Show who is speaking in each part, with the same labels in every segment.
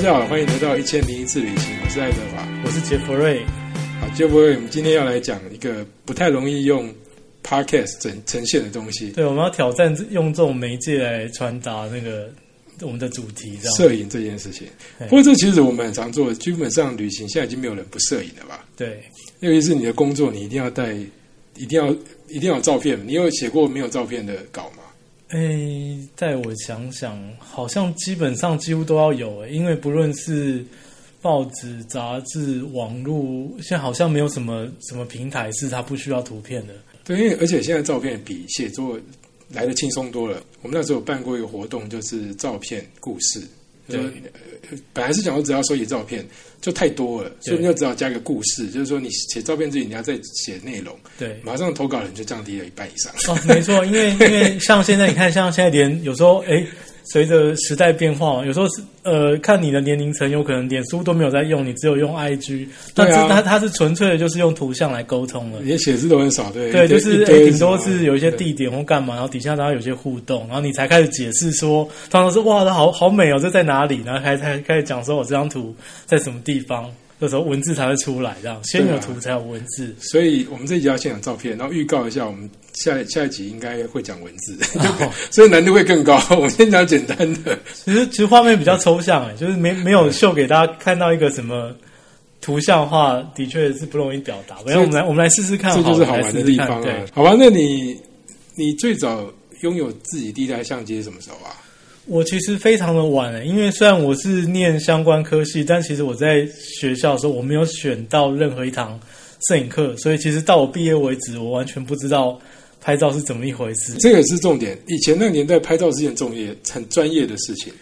Speaker 1: 家好，欢迎来到一千零一次旅行，我是爱德华。
Speaker 2: 我是杰弗瑞。
Speaker 1: 好，杰弗瑞，我们今天要来讲一个不太容易用 podcast 呈呈现的东西
Speaker 2: 对，我们要挑战用这种媒介来传达那个我们的主题，这
Speaker 1: ——
Speaker 2: 样
Speaker 1: 摄影这件事情。
Speaker 2: 对
Speaker 1: 不过这其实我们很常做，基本上旅行现在已经没有人不摄影了吧？
Speaker 2: 对
Speaker 1: 尤其是你的工作，你一定要带，一定要一定要有照片。你有写过没有照片的稿吗？
Speaker 2: 诶，在我想想，好像基本上几乎都要有，因为不论是报纸、杂志、网络，现在好像没有什么什么平台是它不需要图片的。
Speaker 1: 对，因为而且现在照片比写作来的轻松多了。我们那时候有办过一个活动，就是照片故事。就
Speaker 2: 对
Speaker 1: 呃本来是想说只要收集照片就太多了，所以
Speaker 2: 对
Speaker 1: 你就只好加一个故事，就是说你写照片之余你要再写内容，
Speaker 2: 对，
Speaker 1: 马上投稿人就降低了一半以上。
Speaker 2: 哦，没错，因为因为像现在你看，像现在连有时候诶，随着时代变化，有时候是呃，看你的年龄层，有可能脸书都没有在用，你只有用 IG，但是
Speaker 1: 对啊
Speaker 2: 它它是纯粹的就是用图像来沟通了。
Speaker 1: 你的写字都很少，对
Speaker 2: 对，
Speaker 1: 一堆
Speaker 2: 就是
Speaker 1: 一堆
Speaker 2: 诶顶多
Speaker 1: 什么
Speaker 2: 是有一些
Speaker 1: 对
Speaker 2: 地点或干嘛，然后底下大家有些互动，然后你才开始解释说，通常是哇，它好好美哦，这在哪里？然后开才开始讲说我这张图在什么地方，这时候文字才会出来，这样先
Speaker 1: 对
Speaker 2: 有
Speaker 1: 啊
Speaker 2: 图才有文字。
Speaker 1: 所以我们这一集要先讲照片，然后预告一下，我们下下一集应该会讲文字，
Speaker 2: 哦
Speaker 1: 所以难度会更高。 我们先讲简单的，
Speaker 2: 其实其实画面比较抽象哎，就是没没有秀给大家看到一个什么图像化，的确是不容易表达。不然我们来我们来试试看
Speaker 1: 这
Speaker 2: 了，
Speaker 1: 就是
Speaker 2: 我
Speaker 1: 好
Speaker 2: 们来
Speaker 1: 玩
Speaker 2: 试
Speaker 1: 的
Speaker 2: 试
Speaker 1: 地
Speaker 2: 看
Speaker 1: 方啊
Speaker 2: 对，。
Speaker 1: 好吧，那你你最早拥有自己第一台相机是什么时候啊？
Speaker 2: 我其实非常的晚哎，因为虽然我是念相关科系，但其实我在学校的时候我没有选到任何一堂摄影课，所以其实到我毕业为止，我完全不知道拍照是怎么一回事。
Speaker 1: 这个是重点。以前那个年代拍照是一件重业很专业的事情，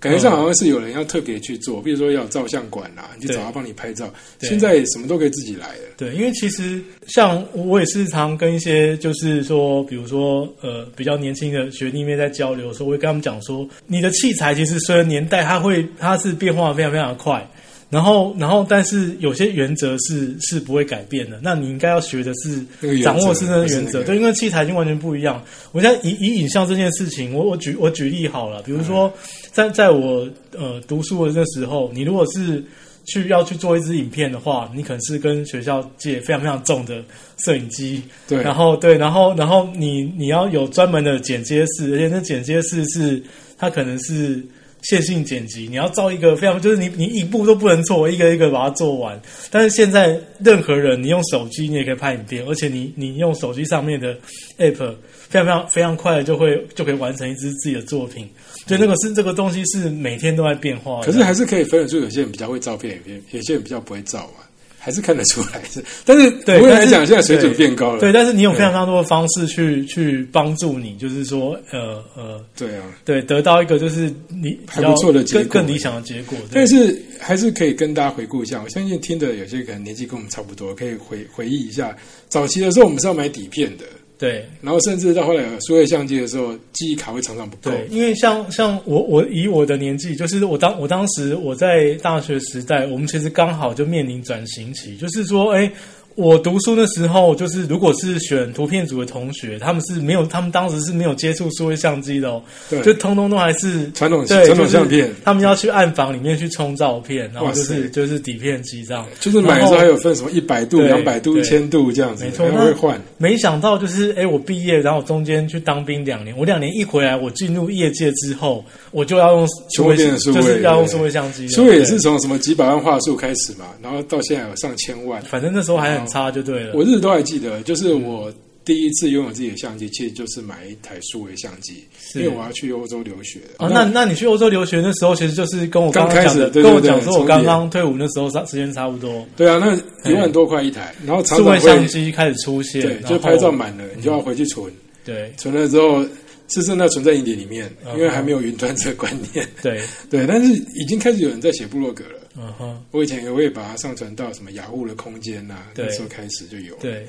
Speaker 1: 感觉上好像是有人要特别去做，比如说要有照相馆啦、你就找他帮你拍照。
Speaker 2: 嗯对
Speaker 1: 现在什么都可以自己来了。
Speaker 2: 对，因为其实像我也是常跟一些就是说，比如说呃比较年轻的学弟妹在交流的时候，我会跟他们讲说，你的器材其实随着年代，它会它是变化得非常非常的快。然后，然后，但是有些原则是是不会改变的。那你应该要学的
Speaker 1: 那个原则
Speaker 2: 是掌握是那个原
Speaker 1: 不是那
Speaker 2: 则，
Speaker 1: 个
Speaker 2: 对，因为器材已经完全不一样。我现在以以影像这件事情，我我举我举例好了，比如说在在我呃读书的那时候，你如果是去要去做一支影片的话，你可能是跟学校借非常非常重的摄影机，
Speaker 1: 对，
Speaker 2: 然后对，然后然后你你要有专门的剪接室，而且那剪接室是它可能是线性剪辑，你要造一个非常就是你你一步都不能错，一个一个把它做完。但是现在任何人你用手机你也可以拍影片，而且你你用手机上面的 app 非常非常非常快的就会就可以完成一支自己的作品。所以那个是这个东西是每天都在变化的，
Speaker 1: 可是还是可以分得出有些人比较会照片，有些有些人比较不会照嘛，还是看得出来是。但是
Speaker 2: 对，
Speaker 1: 我也
Speaker 2: 但
Speaker 1: 来
Speaker 2: 是
Speaker 1: 讲，现在水准
Speaker 2: 对
Speaker 1: 变高了。
Speaker 2: 对，但是你有非常
Speaker 1: 对
Speaker 2: 非常多的方式去去帮助你，就是说，呃呃，
Speaker 1: 对啊，
Speaker 2: 对，得到一个就是你比
Speaker 1: 还
Speaker 2: 较
Speaker 1: 不错的结
Speaker 2: 更
Speaker 1: 果
Speaker 2: 更理想的结果。
Speaker 1: 但
Speaker 2: 对，
Speaker 1: 是还是可以跟大家回顾一下，我相信听的有些可能年纪跟我们差不多，可以回回忆一下早期的时候，我们是要买底片的，
Speaker 2: 对
Speaker 1: 然后甚至到后来有数位相机的时候，记忆卡会常常不够。
Speaker 2: 对，因为像像我我以我的年纪，就是我当我当时我在大学时代，我们其实刚好就面临转型期，就是说，哎。我读书的时候，就是如果是选图片组的同学，他们是没有，他们当时是没有接触数位相机的哦，
Speaker 1: 对
Speaker 2: 就通通都还是
Speaker 1: 传统
Speaker 2: 对，
Speaker 1: 传统相片
Speaker 2: 就是、他们要去暗房里面去冲照片，然后就
Speaker 1: 哇
Speaker 2: 是
Speaker 1: 塞
Speaker 2: 就是底片机这样，
Speaker 1: 就是买的时候
Speaker 2: 然后
Speaker 1: 还有分什么一百度、
Speaker 2: 对
Speaker 1: 两百度、一
Speaker 2: 对
Speaker 1: 千度这样子，
Speaker 2: 没错，
Speaker 1: 还会换。
Speaker 2: 那没想到就是，哎，我毕业，然后我中间去当兵两年，我两年一回来，我进入业界之后，我就要用数
Speaker 1: 全部
Speaker 2: 位，
Speaker 1: 变成数位
Speaker 2: 就是要用
Speaker 1: 对
Speaker 2: 数位相机了，
Speaker 1: 所以也
Speaker 2: 对
Speaker 1: 是从什么几百万画素开始嘛，然后到现在有上千万。
Speaker 2: 反正那时候还很差，就对了。
Speaker 1: 我日日都还记得，就是我第一次拥有自己的相机，其实就是买一台数位相机，因为我要去欧洲留学。
Speaker 2: 哦，那那你去欧洲留学那时候，其实就是跟我刚
Speaker 1: 刚
Speaker 2: 刚
Speaker 1: 开
Speaker 2: 讲
Speaker 1: 始
Speaker 2: 的，
Speaker 1: 对对
Speaker 2: 跟我
Speaker 1: 对
Speaker 2: 讲说，
Speaker 1: 重
Speaker 2: 我
Speaker 1: 叠
Speaker 2: 刚刚退伍那时候差时间差不多，
Speaker 1: 对啊，那一万多块一台，然后常
Speaker 2: 数
Speaker 1: 常
Speaker 2: 位相
Speaker 1: 会
Speaker 2: 机开始出现，
Speaker 1: 对，
Speaker 2: 然
Speaker 1: 就
Speaker 2: 后嗯
Speaker 1: 拍照满了，你就要回去存，
Speaker 2: 对
Speaker 1: 存了之后是真的存在硬碟里面，
Speaker 2: 嗯
Speaker 1: 因为还没有云端这个观念。
Speaker 2: 对，
Speaker 1: 对，但是已经开始有人在写部落格了。
Speaker 2: 嗯哼，
Speaker 1: 我以前也会把它上传到什么雅虎的空间呐、
Speaker 2: 对
Speaker 1: 那时候开始就有。
Speaker 2: 对，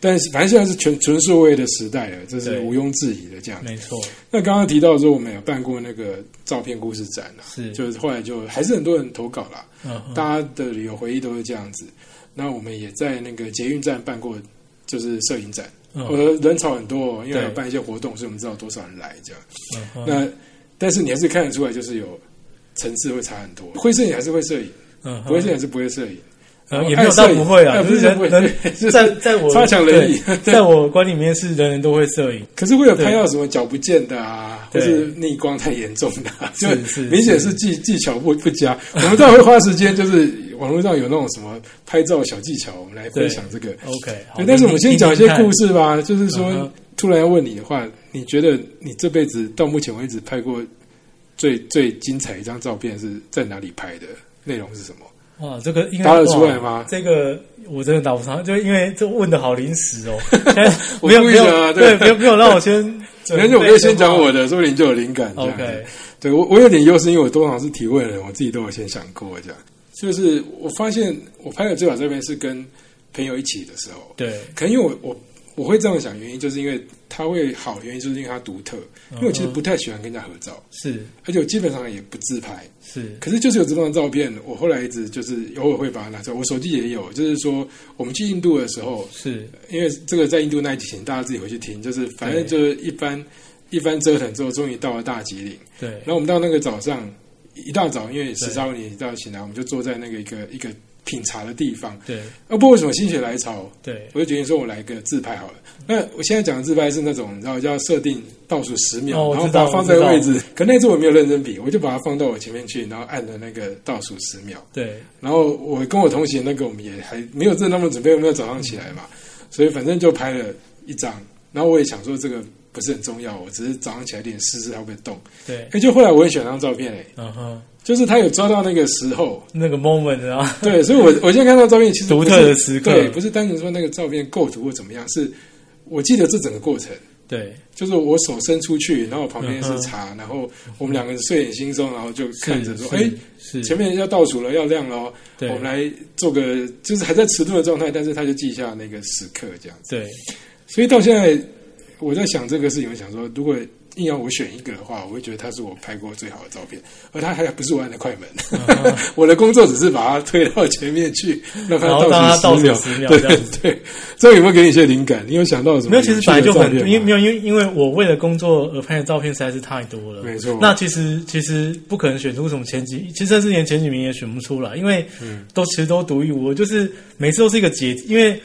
Speaker 1: 但是反正现在是全纯数位的时代了，这是
Speaker 2: 对
Speaker 1: 毋庸置疑的。这样，
Speaker 2: 没错，
Speaker 1: 那刚刚提到说我们有办过那个照片故事展啊，
Speaker 2: 是
Speaker 1: 就是后来就还是很多人投稿啦，
Speaker 2: 嗯哼，
Speaker 1: 大家的旅游回忆都是这样子。那我们也在那个捷运站办过，就是摄影展，
Speaker 2: 嗯
Speaker 1: 我的人潮很多、哦，因为
Speaker 2: 对
Speaker 1: 有办一些活动，所以我们知道多少人来这样。
Speaker 2: 嗯哼
Speaker 1: 那但是你还是看得出来，就是有层次会差很多。会摄影还是会摄影，
Speaker 2: 嗯，
Speaker 1: 不会摄影还是不会摄影。
Speaker 2: 嗯
Speaker 1: 然后
Speaker 2: 也没有
Speaker 1: 爱
Speaker 2: 到
Speaker 1: 摄影
Speaker 2: 不会啊
Speaker 1: 哎
Speaker 2: 就
Speaker 1: 不
Speaker 2: 是
Speaker 1: 是
Speaker 2: 人
Speaker 1: 不会
Speaker 2: 人
Speaker 1: 对就是
Speaker 2: 在在我
Speaker 1: 差强人意。
Speaker 2: 嗯对在我观里面是人人都会摄影，
Speaker 1: 可是会有拍到什么脚不见的啊，或
Speaker 2: 对
Speaker 1: 是逆光太严重的、啊，就是明显是技技巧不不佳。我们待会花时间，就是网络上有那种什么拍照小技巧，我们来分享这个。
Speaker 2: OK，好
Speaker 1: 对，但是我们先讲一些故。
Speaker 2: 那你
Speaker 1: 事吧。就是
Speaker 2: 嗯
Speaker 1: 说
Speaker 2: 哼，
Speaker 1: 突然要问你的话，你觉得你这辈子到目前为止拍过最最精彩一张照片是在哪里拍的？内容是什么？
Speaker 2: 听听看哇，这个应该
Speaker 1: 答得出来吗
Speaker 2: 哇这个我真的答不上，就因为这问的好临时哦，现在
Speaker 1: 我
Speaker 2: 没有
Speaker 1: 故意
Speaker 2: 没有
Speaker 1: 的啊
Speaker 2: 对
Speaker 1: 对，
Speaker 2: 没有没有让我先
Speaker 1: 没
Speaker 2: 准备
Speaker 1: 关
Speaker 2: 的
Speaker 1: 系，
Speaker 2: 话。
Speaker 1: 我可以先讲我的，说不定就有灵感。这样子
Speaker 2: OK，
Speaker 1: 对我，我有点优势，因为我通常是提问人，我自己都有先想过这样。就是我发现我拍的最好照片是跟朋友一起的时候，
Speaker 2: 对，
Speaker 1: 可能因为我我我会这样想，原因就是因为它会好，原因就是因为它独特。因为我其实
Speaker 2: 嗯哼
Speaker 1: 不太喜欢跟人家合照，
Speaker 2: 是
Speaker 1: 而且我基本上也不自拍。
Speaker 2: 是
Speaker 1: 可是就是有这张照片，我后来一直就是偶尔会把它拿出来，我手机也有。就是说我们去印度的时候，
Speaker 2: 是，
Speaker 1: 因为这个在印度那一集，请大家自己回去听。就是反正就是一番一番折腾之后，终于到了大吉岭。
Speaker 2: 对
Speaker 1: 然，后我们到那个早上一大早，因为时差问题一大醒来，我们就坐在那个一个一个品茶的地方。
Speaker 2: 对
Speaker 1: 啊，不过为什么心血来潮，
Speaker 2: 对
Speaker 1: 我就决定说我来个自拍好了。那我现在讲的自拍是那种，你知道要设定倒数十秒，
Speaker 2: 哦我
Speaker 1: 然后
Speaker 2: 知道
Speaker 1: 把它放在
Speaker 2: 我知道
Speaker 1: 位置。可那次我没有认真比，我就把它放到我前面去，然后按了那个倒数十秒。
Speaker 2: 对，
Speaker 1: 然后我跟我同行那个，我们也还没有正当的准备，我们要早上起来嘛，所以反正就拍了一张。然后我也想说这个不是很重要，我只是早上起来点试试它会不会动。
Speaker 2: 对，
Speaker 1: 哎，就后来我也选那张照片哎，
Speaker 2: 嗯哼，
Speaker 1: 就是他有抓到那个时候，
Speaker 2: 那个 moment 啊，
Speaker 1: 对，所以我我现在看到照片其实
Speaker 2: 独
Speaker 1: 不是
Speaker 2: 特的时刻
Speaker 1: 对，不是单纯说那个照片构图或怎么样，是我记得这整个过程。
Speaker 2: 对
Speaker 1: 就是我手伸出去，然后我旁边
Speaker 2: 嗯
Speaker 1: 是
Speaker 2: 哼
Speaker 1: 茶，然后我们两个人睡眼惺忪，然后就看着说：“
Speaker 2: 是
Speaker 1: 哎，
Speaker 2: 是
Speaker 1: 前面要倒数了，要亮了哦，
Speaker 2: 对
Speaker 1: 我们来做个就是还在迟钝的状态，但是他就记下那个时刻这样子。
Speaker 2: 对
Speaker 1: 所以到现在我在想这个事情，我想说，如果硬要我选一个的话，我会觉得他是我拍过最好的照片，而他还不是我按的快门，
Speaker 2: 啊
Speaker 1: 我的工作只是把它推到前面去，让它
Speaker 2: 然后让它
Speaker 1: 倒数
Speaker 2: 倒数
Speaker 1: 十
Speaker 2: 10秒
Speaker 1: 对
Speaker 2: 这样子
Speaker 1: 对，这有没有给你一些灵感？你有想到什么？
Speaker 2: 没有，其实本来就很，因为没
Speaker 1: 有。
Speaker 2: 有，因为因为我为了工作而拍的照片实在是太多了。
Speaker 1: 没错
Speaker 2: 那其实其实不可能选出什么前几，其实甚至连前几名也选不出来，因为
Speaker 1: 嗯
Speaker 2: 都其实都独一无二，就是每次都是一个节，因为。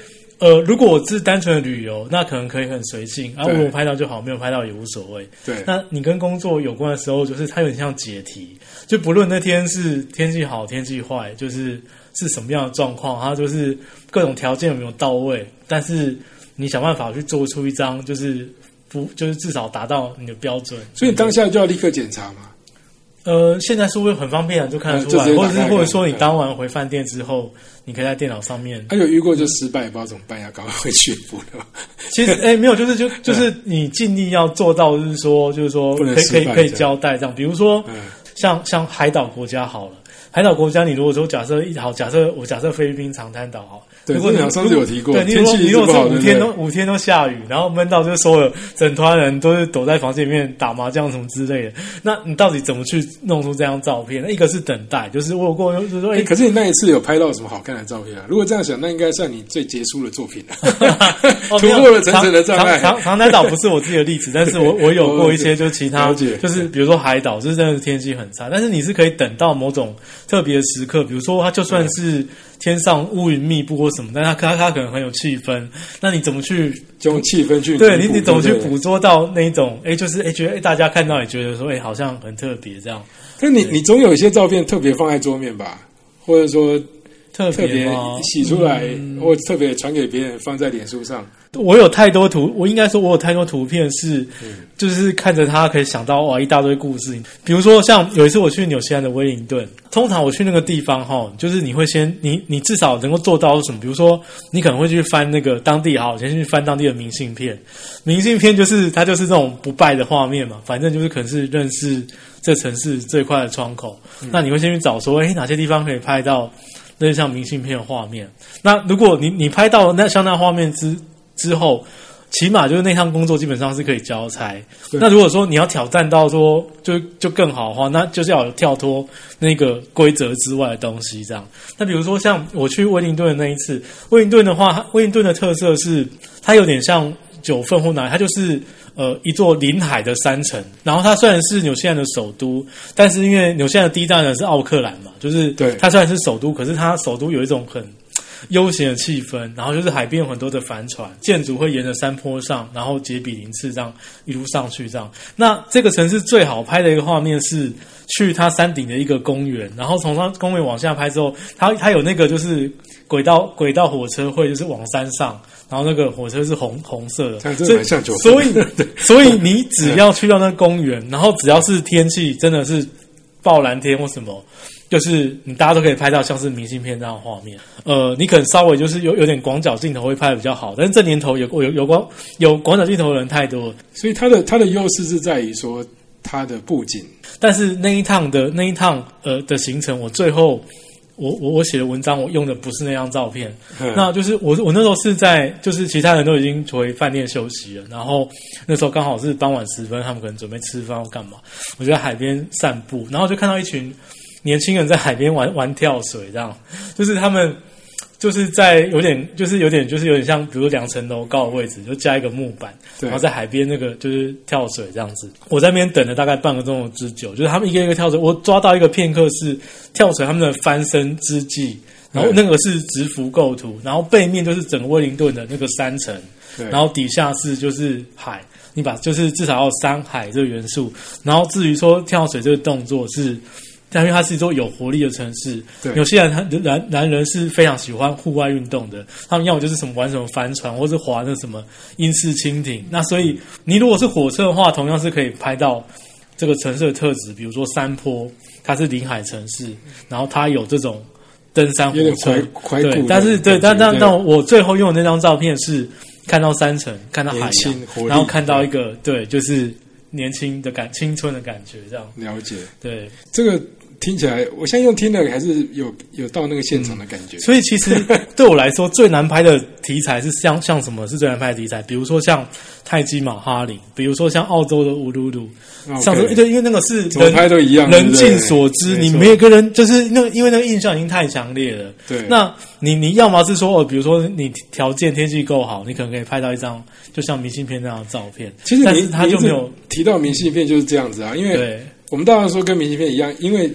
Speaker 2: 呃，如果我是单纯的旅游，那可能可以很随性，啊，
Speaker 1: 对
Speaker 2: 我有拍到就好，没有拍到也无所谓。
Speaker 1: 对
Speaker 2: 那你跟工作有关的时候，就是它有点像解题，就不论那天是天气好天气坏，就是是什么样的状况，它就是各种条件有没有到位，但是你想办法去做出一张，就是不就是至少达到你的标准。
Speaker 1: 所以你当下就要立刻检查嘛。
Speaker 2: 呃，现在是会很方便啊，就看得出
Speaker 1: 嗯
Speaker 2: 来，
Speaker 1: 就直接
Speaker 2: 或
Speaker 1: 打开
Speaker 2: 者是
Speaker 1: 看
Speaker 2: 或者说你当晚回饭店之后，你可以在电脑上面。
Speaker 1: 他啊有遇过就失败，不知道怎么办，要赶快回去补 了。
Speaker 2: 其实哎、没有，就是就就是你尽力要做到，就是说就是说
Speaker 1: 不能
Speaker 2: 可以可以
Speaker 1: 失败
Speaker 2: 可以
Speaker 1: 这样
Speaker 2: 交代这样，比如说。
Speaker 1: 嗯，
Speaker 2: 像像海岛国家好了，海岛国家你如果说假设一好，假设我假设菲律宾长滩岛好，
Speaker 1: 对
Speaker 2: 如果你
Speaker 1: 这个上次有提过
Speaker 2: 对，你如果
Speaker 1: 天气
Speaker 2: 你
Speaker 1: 一直
Speaker 2: 如果
Speaker 1: 不好
Speaker 2: 说五
Speaker 1: 对不对
Speaker 2: 天都五天都下雨，然后闷到就是所有整团人都是躲在房间里面打麻将什么之类的，那你到底怎么去弄出这张照片？那一个是等待，就是我有过就是说，哎、，
Speaker 1: 哎，可是你那一次有拍到什么好看的照片啊？如果这样想，那应该算你最杰出的作品了
Speaker 2: 哦
Speaker 1: 突
Speaker 2: 没有
Speaker 1: 破了层层的障
Speaker 2: 长长
Speaker 1: 碍。
Speaker 2: 长滩岛不是我自己的例子，但是我我有过一些就是其他，
Speaker 1: 了解
Speaker 2: 就是比如说海岛，就是真的是天气很差，但是你是可以等到某种特别的时刻，比如说它就算是天上乌云密布或什么，但它它它可能很有气氛，那你怎么去
Speaker 1: 就用气氛去
Speaker 2: 对
Speaker 1: 弥
Speaker 2: 你
Speaker 1: 补
Speaker 2: 你怎么去？
Speaker 1: 对不
Speaker 2: 捕
Speaker 1: 对
Speaker 2: 捉到那一种哎，就是哎觉得哎大家看到也觉得说哎好像很特别这样，
Speaker 1: 但你你总有一些照片特别放在桌面吧，或者说
Speaker 2: 特
Speaker 1: 特别
Speaker 2: 吗嗯
Speaker 1: 洗出来，或特别传给别人放在脸书上。
Speaker 2: 我有太多图，我应该说，我有太多图片是，就是看着它可以想到哦哇一大堆故事。比如说，像有一次我去纽西兰的威灵顿，通常我去那个地方哈，就是你会先你你至少能够做到什么？比如说，你可能会去翻那个当地好，先去翻当地的明信片，明信片就是它就是那种不败的画面嘛，反正就是可能是认识这城市最快的窗口。那你会先去找说，哎，哪些地方可以拍到那些像明信片的画面？那如果你你拍到那像那画面之之后，起码就是那项工作基本上是可以交差。
Speaker 1: 对
Speaker 2: 那如果说你要挑战到说就就更好的话，那就是要有跳脱那个规则之外的东西这样。那比如说像我去威灵顿的那一次，威灵顿的话，它威灵顿的特色是它有点像九份或哪里，它就是呃一座临海的山城。然后它虽然是纽西兰的首都，但是因为纽西兰的第一大城是奥克兰嘛，就是
Speaker 1: 对
Speaker 2: 它虽然是首都，可是它首都有一种很悠闲的气氛，然后就是海边有很多的帆船，建筑会沿着山坡上，然后结比鳞次这样一路上去这样。那这个城市最好拍的一个画面是去它山顶的一个公园，然后从它公园往下拍之后，它它有那个就是轨道轨道火车会就是往山上，然后那个火车是红红色
Speaker 1: 这样真的
Speaker 2: 的，所以
Speaker 1: 蛮像九份
Speaker 2: 所以 所以你只要去到那公园，然后只要是天气真的是暴蓝天或什么。就是你大家都可以拍到像是明信片那样的画面，呃，你可能稍微就是有有点广角镜头会拍的比较好，但是这年头有有有广有广角镜头的人太多了，
Speaker 1: 所以它的它的优势是在于说它的布景，
Speaker 2: 但是那一趟的那一趟呃的行程，我最后我我我写的文章我用的不是那张照片，
Speaker 1: 嗯
Speaker 2: 那就是我我那时候是在就是其他人都已经回饭店休息了，然后那时候刚好是傍晚时分，他们可能准备吃饭或干嘛，我就在海边散步，然后就看到一群年轻人在海边玩玩跳水，这样就是他们。就是在有点，就是有点，就是有点像，比如两层楼高的位置，就加一个木板，
Speaker 1: 对
Speaker 2: 然后在海边那个就是跳水这样子。我在那边等了大概半个钟头之久，就是他们一个一个跳水，我抓到一个片刻是跳水他们的翻身之际，然后那个是直幅构图，然后背面就是整个威灵顿的那个山城，
Speaker 1: 嗯对，
Speaker 2: 然后底下是就是海，你把就是至少要有山海这个元素。然后至于说跳水这个动作是，但因为它是一座有活力的城市，
Speaker 1: 对
Speaker 2: 有些人他男男人是非常喜欢户外运动的，他们要么就是什么玩什么帆船，或是划那什么英式蜻蜓。那所以你如果是火车的话，同样是可以拍到这个城市的特质，比如说山坡，它是临海城市，然后它有这种登山火
Speaker 1: 有点
Speaker 2: 车
Speaker 1: 怀，怀古
Speaker 2: 对
Speaker 1: 的，
Speaker 2: 但是对，
Speaker 1: 感觉
Speaker 2: 但但
Speaker 1: 对
Speaker 2: 但我最后用的那张照片是看到山城，看到海
Speaker 1: 年轻活
Speaker 2: 洋，
Speaker 1: 力
Speaker 2: 然后看到一个对，就是年轻的感、青春的感觉，这样
Speaker 1: 了解
Speaker 2: 对。
Speaker 1: 这个听起来，我现在用听的还是有有到那个现场的感觉，
Speaker 2: 所以其实对我来说最难拍的题材是像像什么是最难拍的题材？比如说像泰姬玛哈陵，比如说像澳洲的乌鲁鲁，
Speaker 1: OK
Speaker 2: 上次对，因为那个是
Speaker 1: 怎么
Speaker 2: 人
Speaker 1: 拍都一样，
Speaker 2: 人
Speaker 1: 对不对
Speaker 2: 尽所知，你
Speaker 1: 错
Speaker 2: 每个人就是那个，因为那个印象已经太强烈了。
Speaker 1: 对
Speaker 2: 那你你要么是说，哦，比如说你条件天气够好，你可能可以拍到一张就像明信片那样的照片。
Speaker 1: 其实
Speaker 2: 但
Speaker 1: 你
Speaker 2: 是他就没有
Speaker 1: 你一直提到明信片就是这样子啊，因为
Speaker 2: 对
Speaker 1: 我们当然说跟明信片一样，因为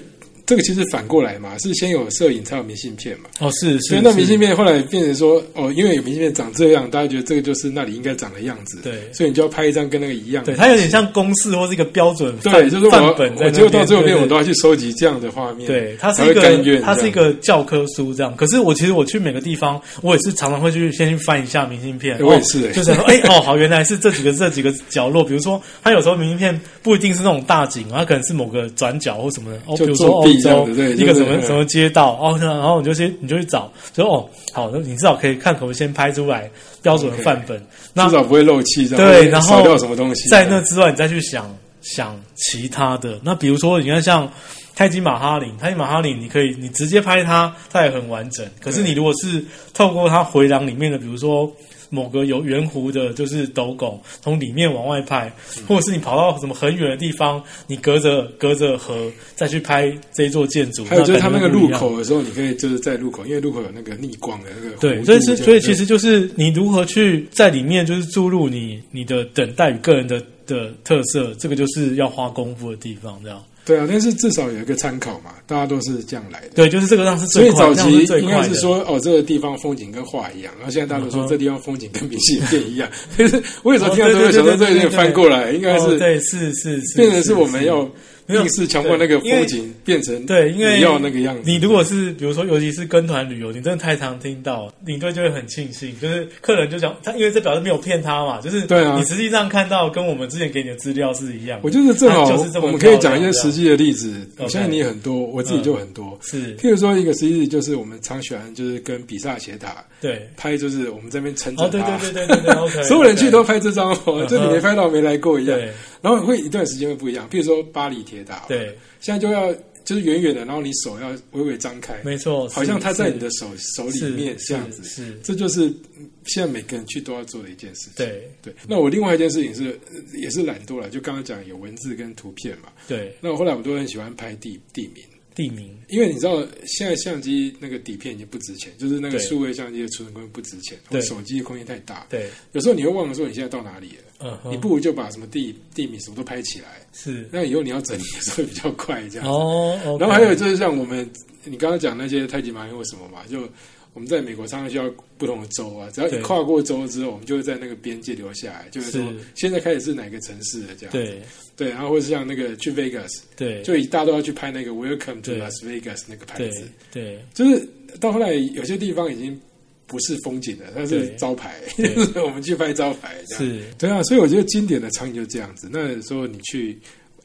Speaker 1: 这个其实反过来嘛，是先有摄影才有明信片嘛，
Speaker 2: 哦，是
Speaker 1: 所
Speaker 2: 是
Speaker 1: 以那
Speaker 2: 是
Speaker 1: 明信片后来变成说哦，因为有明信片长这样，大家觉得这个就是那里应该长的样子，
Speaker 2: 对
Speaker 1: 所以你就要拍一张跟那个一样的
Speaker 2: 对，它有点像公式或是一个标准范
Speaker 1: 对，就是
Speaker 2: 范
Speaker 1: 我
Speaker 2: 本在
Speaker 1: 我
Speaker 2: 那边。
Speaker 1: 结果到最后
Speaker 2: 对
Speaker 1: 面
Speaker 2: 对
Speaker 1: 我都要去收集这样的画面，
Speaker 2: 对，它是
Speaker 1: 才会
Speaker 2: 一
Speaker 1: 甘
Speaker 2: 个
Speaker 1: 愿
Speaker 2: 它是一
Speaker 1: 这样。
Speaker 2: 个教科书这样。可是我其实我去每个地方，我也是常常会去先去翻一下明信片。
Speaker 1: 我也是
Speaker 2: 哦
Speaker 1: 欸
Speaker 2: 就是说哎、哦好，原来是这几个这几个角落。比如说，它有时候明信片不一定是那种大景，它可能是某个转角或什么的。哦，比
Speaker 1: 就
Speaker 2: 如说
Speaker 1: 作
Speaker 2: 欧
Speaker 1: 弊这
Speaker 2: 洲
Speaker 1: 样子对
Speaker 2: 一个
Speaker 1: 就是
Speaker 2: 什么
Speaker 1: 嗯
Speaker 2: 什么街道，哦，然后你就先你就去找，就哦好，那你至少可以看可不可以先拍出来标准的
Speaker 1: OK
Speaker 2: 范本。那
Speaker 1: 至少不会漏气，这样
Speaker 2: 对
Speaker 1: 会
Speaker 2: 然后
Speaker 1: 少掉什么东西，
Speaker 2: 在那之外，你再去想想其他的。那比如说，你看像泰姬玛哈陵，泰姬玛哈陵，你可以你直接拍它，它也很完整。可是
Speaker 1: 对
Speaker 2: 你如果是透过它回廊里面的，比如说。某个有圆弧的，就是斗拱，从里面往外拍，
Speaker 1: 嗯
Speaker 2: 或者是你跑到什么很远的地方，你隔着隔着河再去拍这座建筑，
Speaker 1: 还有就是
Speaker 2: 感
Speaker 1: 它
Speaker 2: 觉
Speaker 1: 那个
Speaker 2: 不一
Speaker 1: 路
Speaker 2: 样
Speaker 1: 口的时候，你可以就是在路口，因为路口有那个逆光的那个弧度
Speaker 2: 对，所以是
Speaker 1: 这样
Speaker 2: 所以其实就是你如何去在里面就是注入你你的等待与个人的的特色，这个就是要花功夫的地方，这样
Speaker 1: 对啊，但是至少有一个参考嘛，大家都是这样来的。
Speaker 2: 对，就是这个让是
Speaker 1: 所
Speaker 2: 最
Speaker 1: 以
Speaker 2: 快，
Speaker 1: 早
Speaker 2: 这
Speaker 1: 期
Speaker 2: 样是最
Speaker 1: 应
Speaker 2: 快
Speaker 1: 该
Speaker 2: 的
Speaker 1: 是说，哦，这个地方风景跟画一样，然后现在大家都
Speaker 2: 嗯
Speaker 1: 说
Speaker 2: 哼
Speaker 1: 这地方风景跟明信片一样。 可是我有时候听
Speaker 2: 哦
Speaker 1: 到都
Speaker 2: 对
Speaker 1: 会
Speaker 2: 对
Speaker 1: 想
Speaker 2: 对
Speaker 1: 到，
Speaker 2: 对
Speaker 1: 这有
Speaker 2: 对
Speaker 1: 点
Speaker 2: 对
Speaker 1: 翻过来，应该
Speaker 2: 哦
Speaker 1: 是
Speaker 2: 对是是是，
Speaker 1: 变成是我们要
Speaker 2: 没有
Speaker 1: 硬是强迫那个风景变成
Speaker 2: 对，因为
Speaker 1: 你要那个样子。
Speaker 2: 你如果是比如说，尤其是跟团旅游，你真的太常听到，领队就会很庆幸，就是客人就想他，因为这表示没有骗他嘛，就是
Speaker 1: 对啊
Speaker 2: 你实际上看到跟我们之前给你的资料是一样的，
Speaker 1: 我就是正好
Speaker 2: 它啊就是这么
Speaker 1: 我们可以
Speaker 2: 漂
Speaker 1: 讲
Speaker 2: 亮
Speaker 1: 一些实际的例子。
Speaker 2: OK 嗯
Speaker 1: 现在你也很多，我自己就很多。
Speaker 2: 这样是，
Speaker 1: 譬如说，一个实际例子就是我们常喜欢就是跟比萨斜塔
Speaker 2: 对。
Speaker 1: 拍，就是我们这边撑
Speaker 2: 哦，
Speaker 1: 着
Speaker 2: 对
Speaker 1: 它
Speaker 2: 对，对对对 对，OK，
Speaker 1: 啊所有人去都拍这张哦
Speaker 2: 嗯，
Speaker 1: 这你没拍到没来过一样。
Speaker 2: 对
Speaker 1: 然后会一段时间会不一样，譬如说巴黎铁塔，，
Speaker 2: 对，
Speaker 1: 现在就要就是远远的，然后你手要微微张开，
Speaker 2: 没错，
Speaker 1: 好
Speaker 2: 是
Speaker 1: 像它在你的
Speaker 2: 是
Speaker 1: 手手里面
Speaker 2: 是
Speaker 1: 这样子。
Speaker 2: 是是
Speaker 1: 这就是嗯现在每个人去都要做的一件事情。
Speaker 2: 对
Speaker 1: 对，那我另外一件事情是，呃也是懒惰了，就刚刚讲有文字跟图片嘛。
Speaker 2: 对
Speaker 1: 那我后来我都很喜欢拍地地名，
Speaker 2: 地名，
Speaker 1: 因为你知道现在相机那个底片已经不值钱，就是那个
Speaker 2: 对
Speaker 1: 数位相机的储存空间不值钱，或
Speaker 2: 对
Speaker 1: 手机的空间太大，
Speaker 2: 对，
Speaker 1: 有时候你会忘了说你现在到哪里了，
Speaker 2: 嗯哼，
Speaker 1: 你不如就把什么地地名什么都拍起来，
Speaker 2: 是
Speaker 1: 那以后你要整理 的时候比较快这样子。
Speaker 2: 哦，OK，
Speaker 1: 然后还有就是像我们你刚刚讲那些太极马或什么嘛，就我们在美国常常需要不同的州啊，只要
Speaker 2: 对
Speaker 1: 你跨过州之后，我们就会在那个边界留下来，就是说
Speaker 2: 是
Speaker 1: 现在开始是哪个城市了这样。
Speaker 2: 对
Speaker 1: 对，然后或是像那个去 Vegas，
Speaker 2: 对
Speaker 1: 就大家都要去拍那个 Welcome to
Speaker 2: 对
Speaker 1: Las Vegas 那个牌
Speaker 2: 对
Speaker 1: 子，
Speaker 2: 对
Speaker 1: 就是到后来有些地方已经不是风景了，它是
Speaker 2: 对
Speaker 1: 招牌，
Speaker 2: 对
Speaker 1: 就是 我们去拍招牌这样。
Speaker 2: 是，
Speaker 1: 对啊，所以我觉得经典的场景就这样子。那时候你去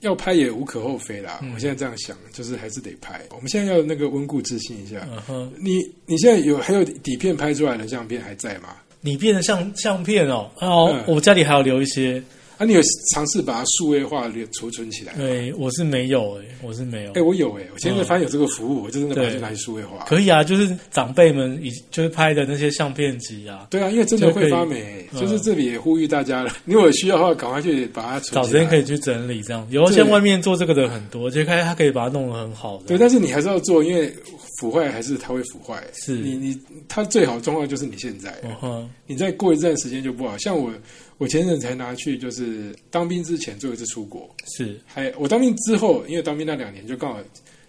Speaker 1: 要拍也无可厚非啦。
Speaker 2: 嗯
Speaker 1: 我现在这样想，就是还是得拍。我们现在要那个温故知新一下。
Speaker 2: 嗯哼，
Speaker 1: 你你现在有还有底片拍出来的相片还在吗？
Speaker 2: 你变成相相片哦，哦，
Speaker 1: 嗯
Speaker 2: 我家里还有留一些，
Speaker 1: 啊，你有尝试把它数位化留储存起来吗？
Speaker 2: 对，哎我是没有诶，我是没有
Speaker 1: 哎、，我有哎、我现在发现有这个服务，我就真的把它拿去数位化。
Speaker 2: 可以啊，嗯就是长辈们以就是拍的那些相片集啊，
Speaker 1: 对啊，因为真的会发霉，
Speaker 2: 就可以嗯
Speaker 1: 就是这里也呼吁大家了。 如果需要的话，赶快去把它存起来。
Speaker 2: 找时间可以去整理这样。有现在
Speaker 1: 对
Speaker 2: 外面做这个的很多，就看他可以把它弄得很好的。
Speaker 1: 对，但是你还是要做，因为腐坏还是它会腐坏。
Speaker 2: 是
Speaker 1: 你你它最好的状况就是你现在，
Speaker 2: 嗯哼，
Speaker 1: 你再过一段时间就不好。像我，我前阵子才拿去，就是当兵之前做一次出国，
Speaker 2: 是
Speaker 1: 还我当兵之后，因为当兵那两年就刚好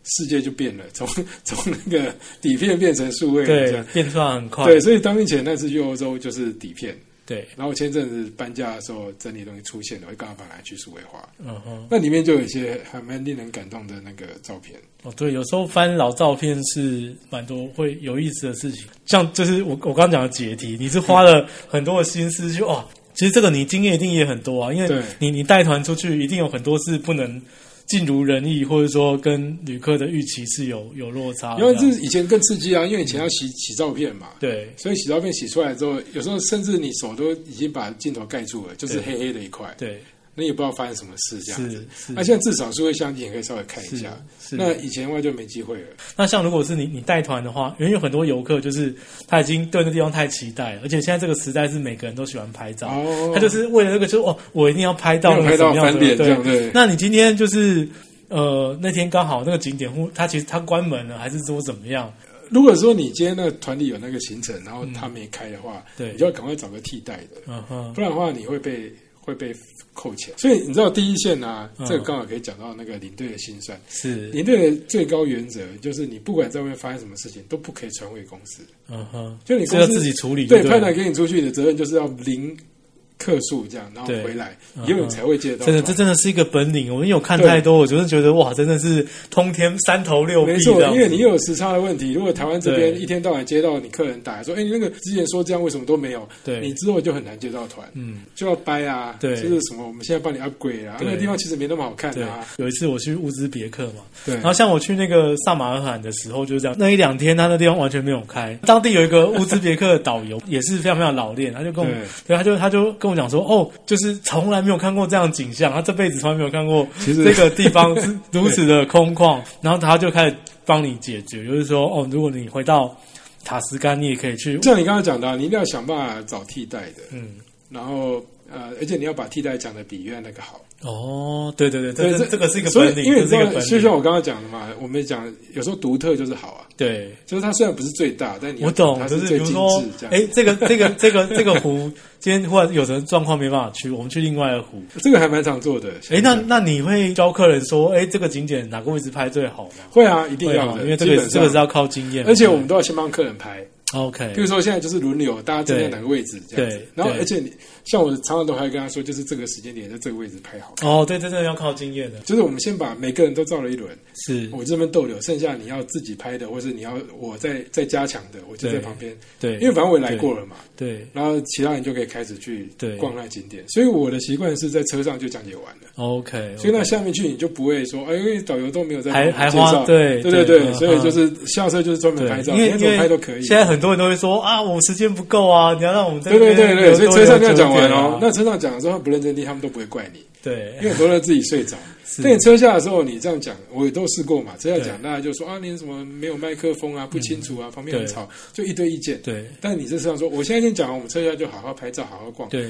Speaker 1: 世界就变了， 从从那个底片变成数位了这
Speaker 2: 对
Speaker 1: 样，
Speaker 2: 变化很快，
Speaker 1: 对，所以当兵前那次去欧洲就是底片，
Speaker 2: 对，
Speaker 1: 然后我前阵子搬家的时候整理东西出现了，我就刚好把它拿去数位化，
Speaker 2: 嗯哼。
Speaker 1: 那里面就有一些还蛮令人感动的那个照片。
Speaker 2: 哦，对，有时候翻老照片是蛮多会有意思的事情，像就是我我刚刚讲的解题，你是花了很多的心思去哇，其实这个你经验一定也很多啊，因为
Speaker 1: 对
Speaker 2: 你你带团出去一定有很多是不能尽如人意，或者说跟旅客的预期是有有落差的
Speaker 1: 因为这
Speaker 2: 这样。
Speaker 1: 以前更刺激啊，因为以前要洗洗照片嘛，
Speaker 2: 对
Speaker 1: 所以洗照片洗出来之后，有时候甚至你手都已经把镜头盖住了，就是
Speaker 2: 对
Speaker 1: 黑黑的一块，
Speaker 2: 对
Speaker 1: 那也不知道发生什么事这样子。
Speaker 2: 是是，
Speaker 1: 那现在至少是会相机也可以稍微看一
Speaker 2: 是
Speaker 1: 下，
Speaker 2: 是
Speaker 1: 那以前的话就没机会了。
Speaker 2: 那像如果是你你带团的话，因为有很多游客就是他已经对那地方太期待了，而且现在这个时代是每个人都喜欢拍照，
Speaker 1: 哦
Speaker 2: 他就是为了这个就是哦，我一定要拍到
Speaker 1: 没有
Speaker 2: 那
Speaker 1: 拍
Speaker 2: 个什
Speaker 1: 到
Speaker 2: 么样的
Speaker 1: 翻脸这样
Speaker 2: 对。
Speaker 1: 对，
Speaker 2: 那你今天就是呃那天刚好那个景点户他其实他关门了，还是说怎么样？
Speaker 1: 如果说你今天那个团里有那个行程，然后他没开的话，
Speaker 2: 嗯对
Speaker 1: 你就要赶快找个替代的，
Speaker 2: 嗯哼，
Speaker 1: 不然的话你会被会被扣钱。所以你知道第一线啊，
Speaker 2: 嗯
Speaker 1: 这个刚好可以讲到那个领队的心酸。
Speaker 2: 是
Speaker 1: 领队的最高原则就是你不管在外面发生什么事情，都不可以传回公司。
Speaker 2: 嗯哼，
Speaker 1: 就你
Speaker 2: 这
Speaker 1: 公
Speaker 2: 要
Speaker 1: 司
Speaker 2: 自己处理就
Speaker 1: 对，
Speaker 2: 对
Speaker 1: 派
Speaker 2: 了，
Speaker 1: 团给你出去的责任就是要零客数这样，然后
Speaker 2: 对
Speaker 1: 回来，
Speaker 2: 嗯
Speaker 1: 以后你才会接得到
Speaker 2: 真
Speaker 1: 团。
Speaker 2: 的，这真的是一个本领。我因为我看
Speaker 1: 对
Speaker 2: 太多，我就是觉得哇，真的是通天三头六臂
Speaker 1: 没
Speaker 2: 这
Speaker 1: 错，
Speaker 2: 样
Speaker 1: 因为你又有时差的问题。如果台湾这边
Speaker 2: 对
Speaker 1: 一天到晚接到你客人打来说，哎，你那个之前说这样为什么都没有？
Speaker 2: 对
Speaker 1: 你之后就很难接到团，
Speaker 2: 嗯，
Speaker 1: 就要掰啊，
Speaker 2: 对
Speaker 1: 就是什么我们现在帮你 upgrade 啊，
Speaker 2: 对
Speaker 1: 那个地方其实没那么好看
Speaker 2: 对
Speaker 1: 啊，，
Speaker 2: 有一次我去乌兹别克嘛，
Speaker 1: 对
Speaker 2: 然后像我去那个萨马尔罕的时候就是这样，那一两天他那地方完全没有开。当地有一个乌兹别克的导游也是非常非常老练，他就跟我
Speaker 1: 对，
Speaker 2: 对，他就他就跟我讲说，哦，就是从来没有看过这样的景象，他这辈子从来没有看过
Speaker 1: 其实
Speaker 2: 这个地 方是如此的空旷。然后他就开始帮你解决，就是说，哦，如果你回到塔斯干，你也可以去，
Speaker 1: 像你刚刚讲的啊，你一定要想办法找替代的，
Speaker 2: 嗯，
Speaker 1: 然后呃，而且你要把替代讲的比原来那个好。
Speaker 2: 哦，对对对，这这这个是一个
Speaker 1: 所
Speaker 2: 本领，
Speaker 1: 以因为
Speaker 2: 这
Speaker 1: 你
Speaker 2: 是
Speaker 1: 知
Speaker 2: 一
Speaker 1: 道，
Speaker 2: 个本
Speaker 1: 就像
Speaker 2: 领，
Speaker 1: 我刚刚讲的嘛，我们讲有时候独特就是好啊，
Speaker 2: 对。
Speaker 1: 就是它虽然不是最大，但你要
Speaker 2: 我懂
Speaker 1: 它，
Speaker 2: 就是是比
Speaker 1: 最
Speaker 2: 如
Speaker 1: 精
Speaker 2: 说
Speaker 1: 致这，样。
Speaker 2: 哎，这个这个这个这个湖，今天忽然有人状况没办法去，我们去另外的湖。
Speaker 1: 这个还蛮常做的。
Speaker 2: 哎，
Speaker 1: 现
Speaker 2: 那
Speaker 1: 在
Speaker 2: 那你会教客人说，哎，这个景点哪个位置拍最好吗？
Speaker 1: 会啊，一定
Speaker 2: 会
Speaker 1: 要
Speaker 2: 啊，
Speaker 1: 的，
Speaker 2: 因为这个
Speaker 1: 基本
Speaker 2: 这
Speaker 1: 上
Speaker 2: 个是要靠经验嘛。
Speaker 1: 而且我们都要先帮客人拍，
Speaker 2: 对 OK，
Speaker 1: 比如说现在就是轮流，大家站在
Speaker 2: 对
Speaker 1: 哪个位置这样
Speaker 2: 对
Speaker 1: 子。然后
Speaker 2: 对
Speaker 1: 而且你像我常常都还跟他说，就是这个时间点在这个位置拍好。
Speaker 2: 哦，对，这真的要靠经验的，
Speaker 1: 就是我们先把每个人都照了一轮，
Speaker 2: 是
Speaker 1: 我这边逗留，剩下你要自己拍的，或是你要我再再加强的，我就在
Speaker 2: 对
Speaker 1: 旁边，
Speaker 2: 对，
Speaker 1: 因为反正我也来过了嘛。
Speaker 2: 对
Speaker 1: 然后其他人就可以开始去
Speaker 2: 对
Speaker 1: 逛那景点，所以我的习惯是在车上就讲解完了，
Speaker 2: ，OK，
Speaker 1: 所以那下面去你就不会说，哎，因为导游都没有在
Speaker 2: 还
Speaker 1: 旁边
Speaker 2: 还花
Speaker 1: 介绍
Speaker 2: 对
Speaker 1: 对对
Speaker 2: 对
Speaker 1: 对，
Speaker 2: 嗯
Speaker 1: 所以就是下车就是专门
Speaker 2: 对
Speaker 1: 拍照，
Speaker 2: 因为
Speaker 1: 你要
Speaker 2: 因
Speaker 1: 怎么
Speaker 2: 为
Speaker 1: 拍都可以。
Speaker 2: 现在很多人都会说啊，我时间不够啊，你要让我们在
Speaker 1: 对对
Speaker 2: 那
Speaker 1: 对
Speaker 2: 边
Speaker 1: 对，所以
Speaker 2: 多
Speaker 1: 车上这
Speaker 2: 留
Speaker 1: 样
Speaker 2: 久
Speaker 1: 讲完
Speaker 2: 一点啊
Speaker 1: 哦，那车上讲的时候他不认真听，他们都不会怪你，因为
Speaker 2: 对，
Speaker 1: 很多人自己睡着。
Speaker 2: 是
Speaker 1: 但你车下的时候，你这样讲，我也都试过嘛。车下讲，
Speaker 2: 对
Speaker 1: 大家就说啊，你怎么没有麦克风啊，不清楚啊，旁边很
Speaker 2: 对
Speaker 1: 吵，就一堆意见。
Speaker 2: 对
Speaker 1: 但你这车上说，我现在先讲完，我们车下就好好拍照，好好逛。
Speaker 2: 对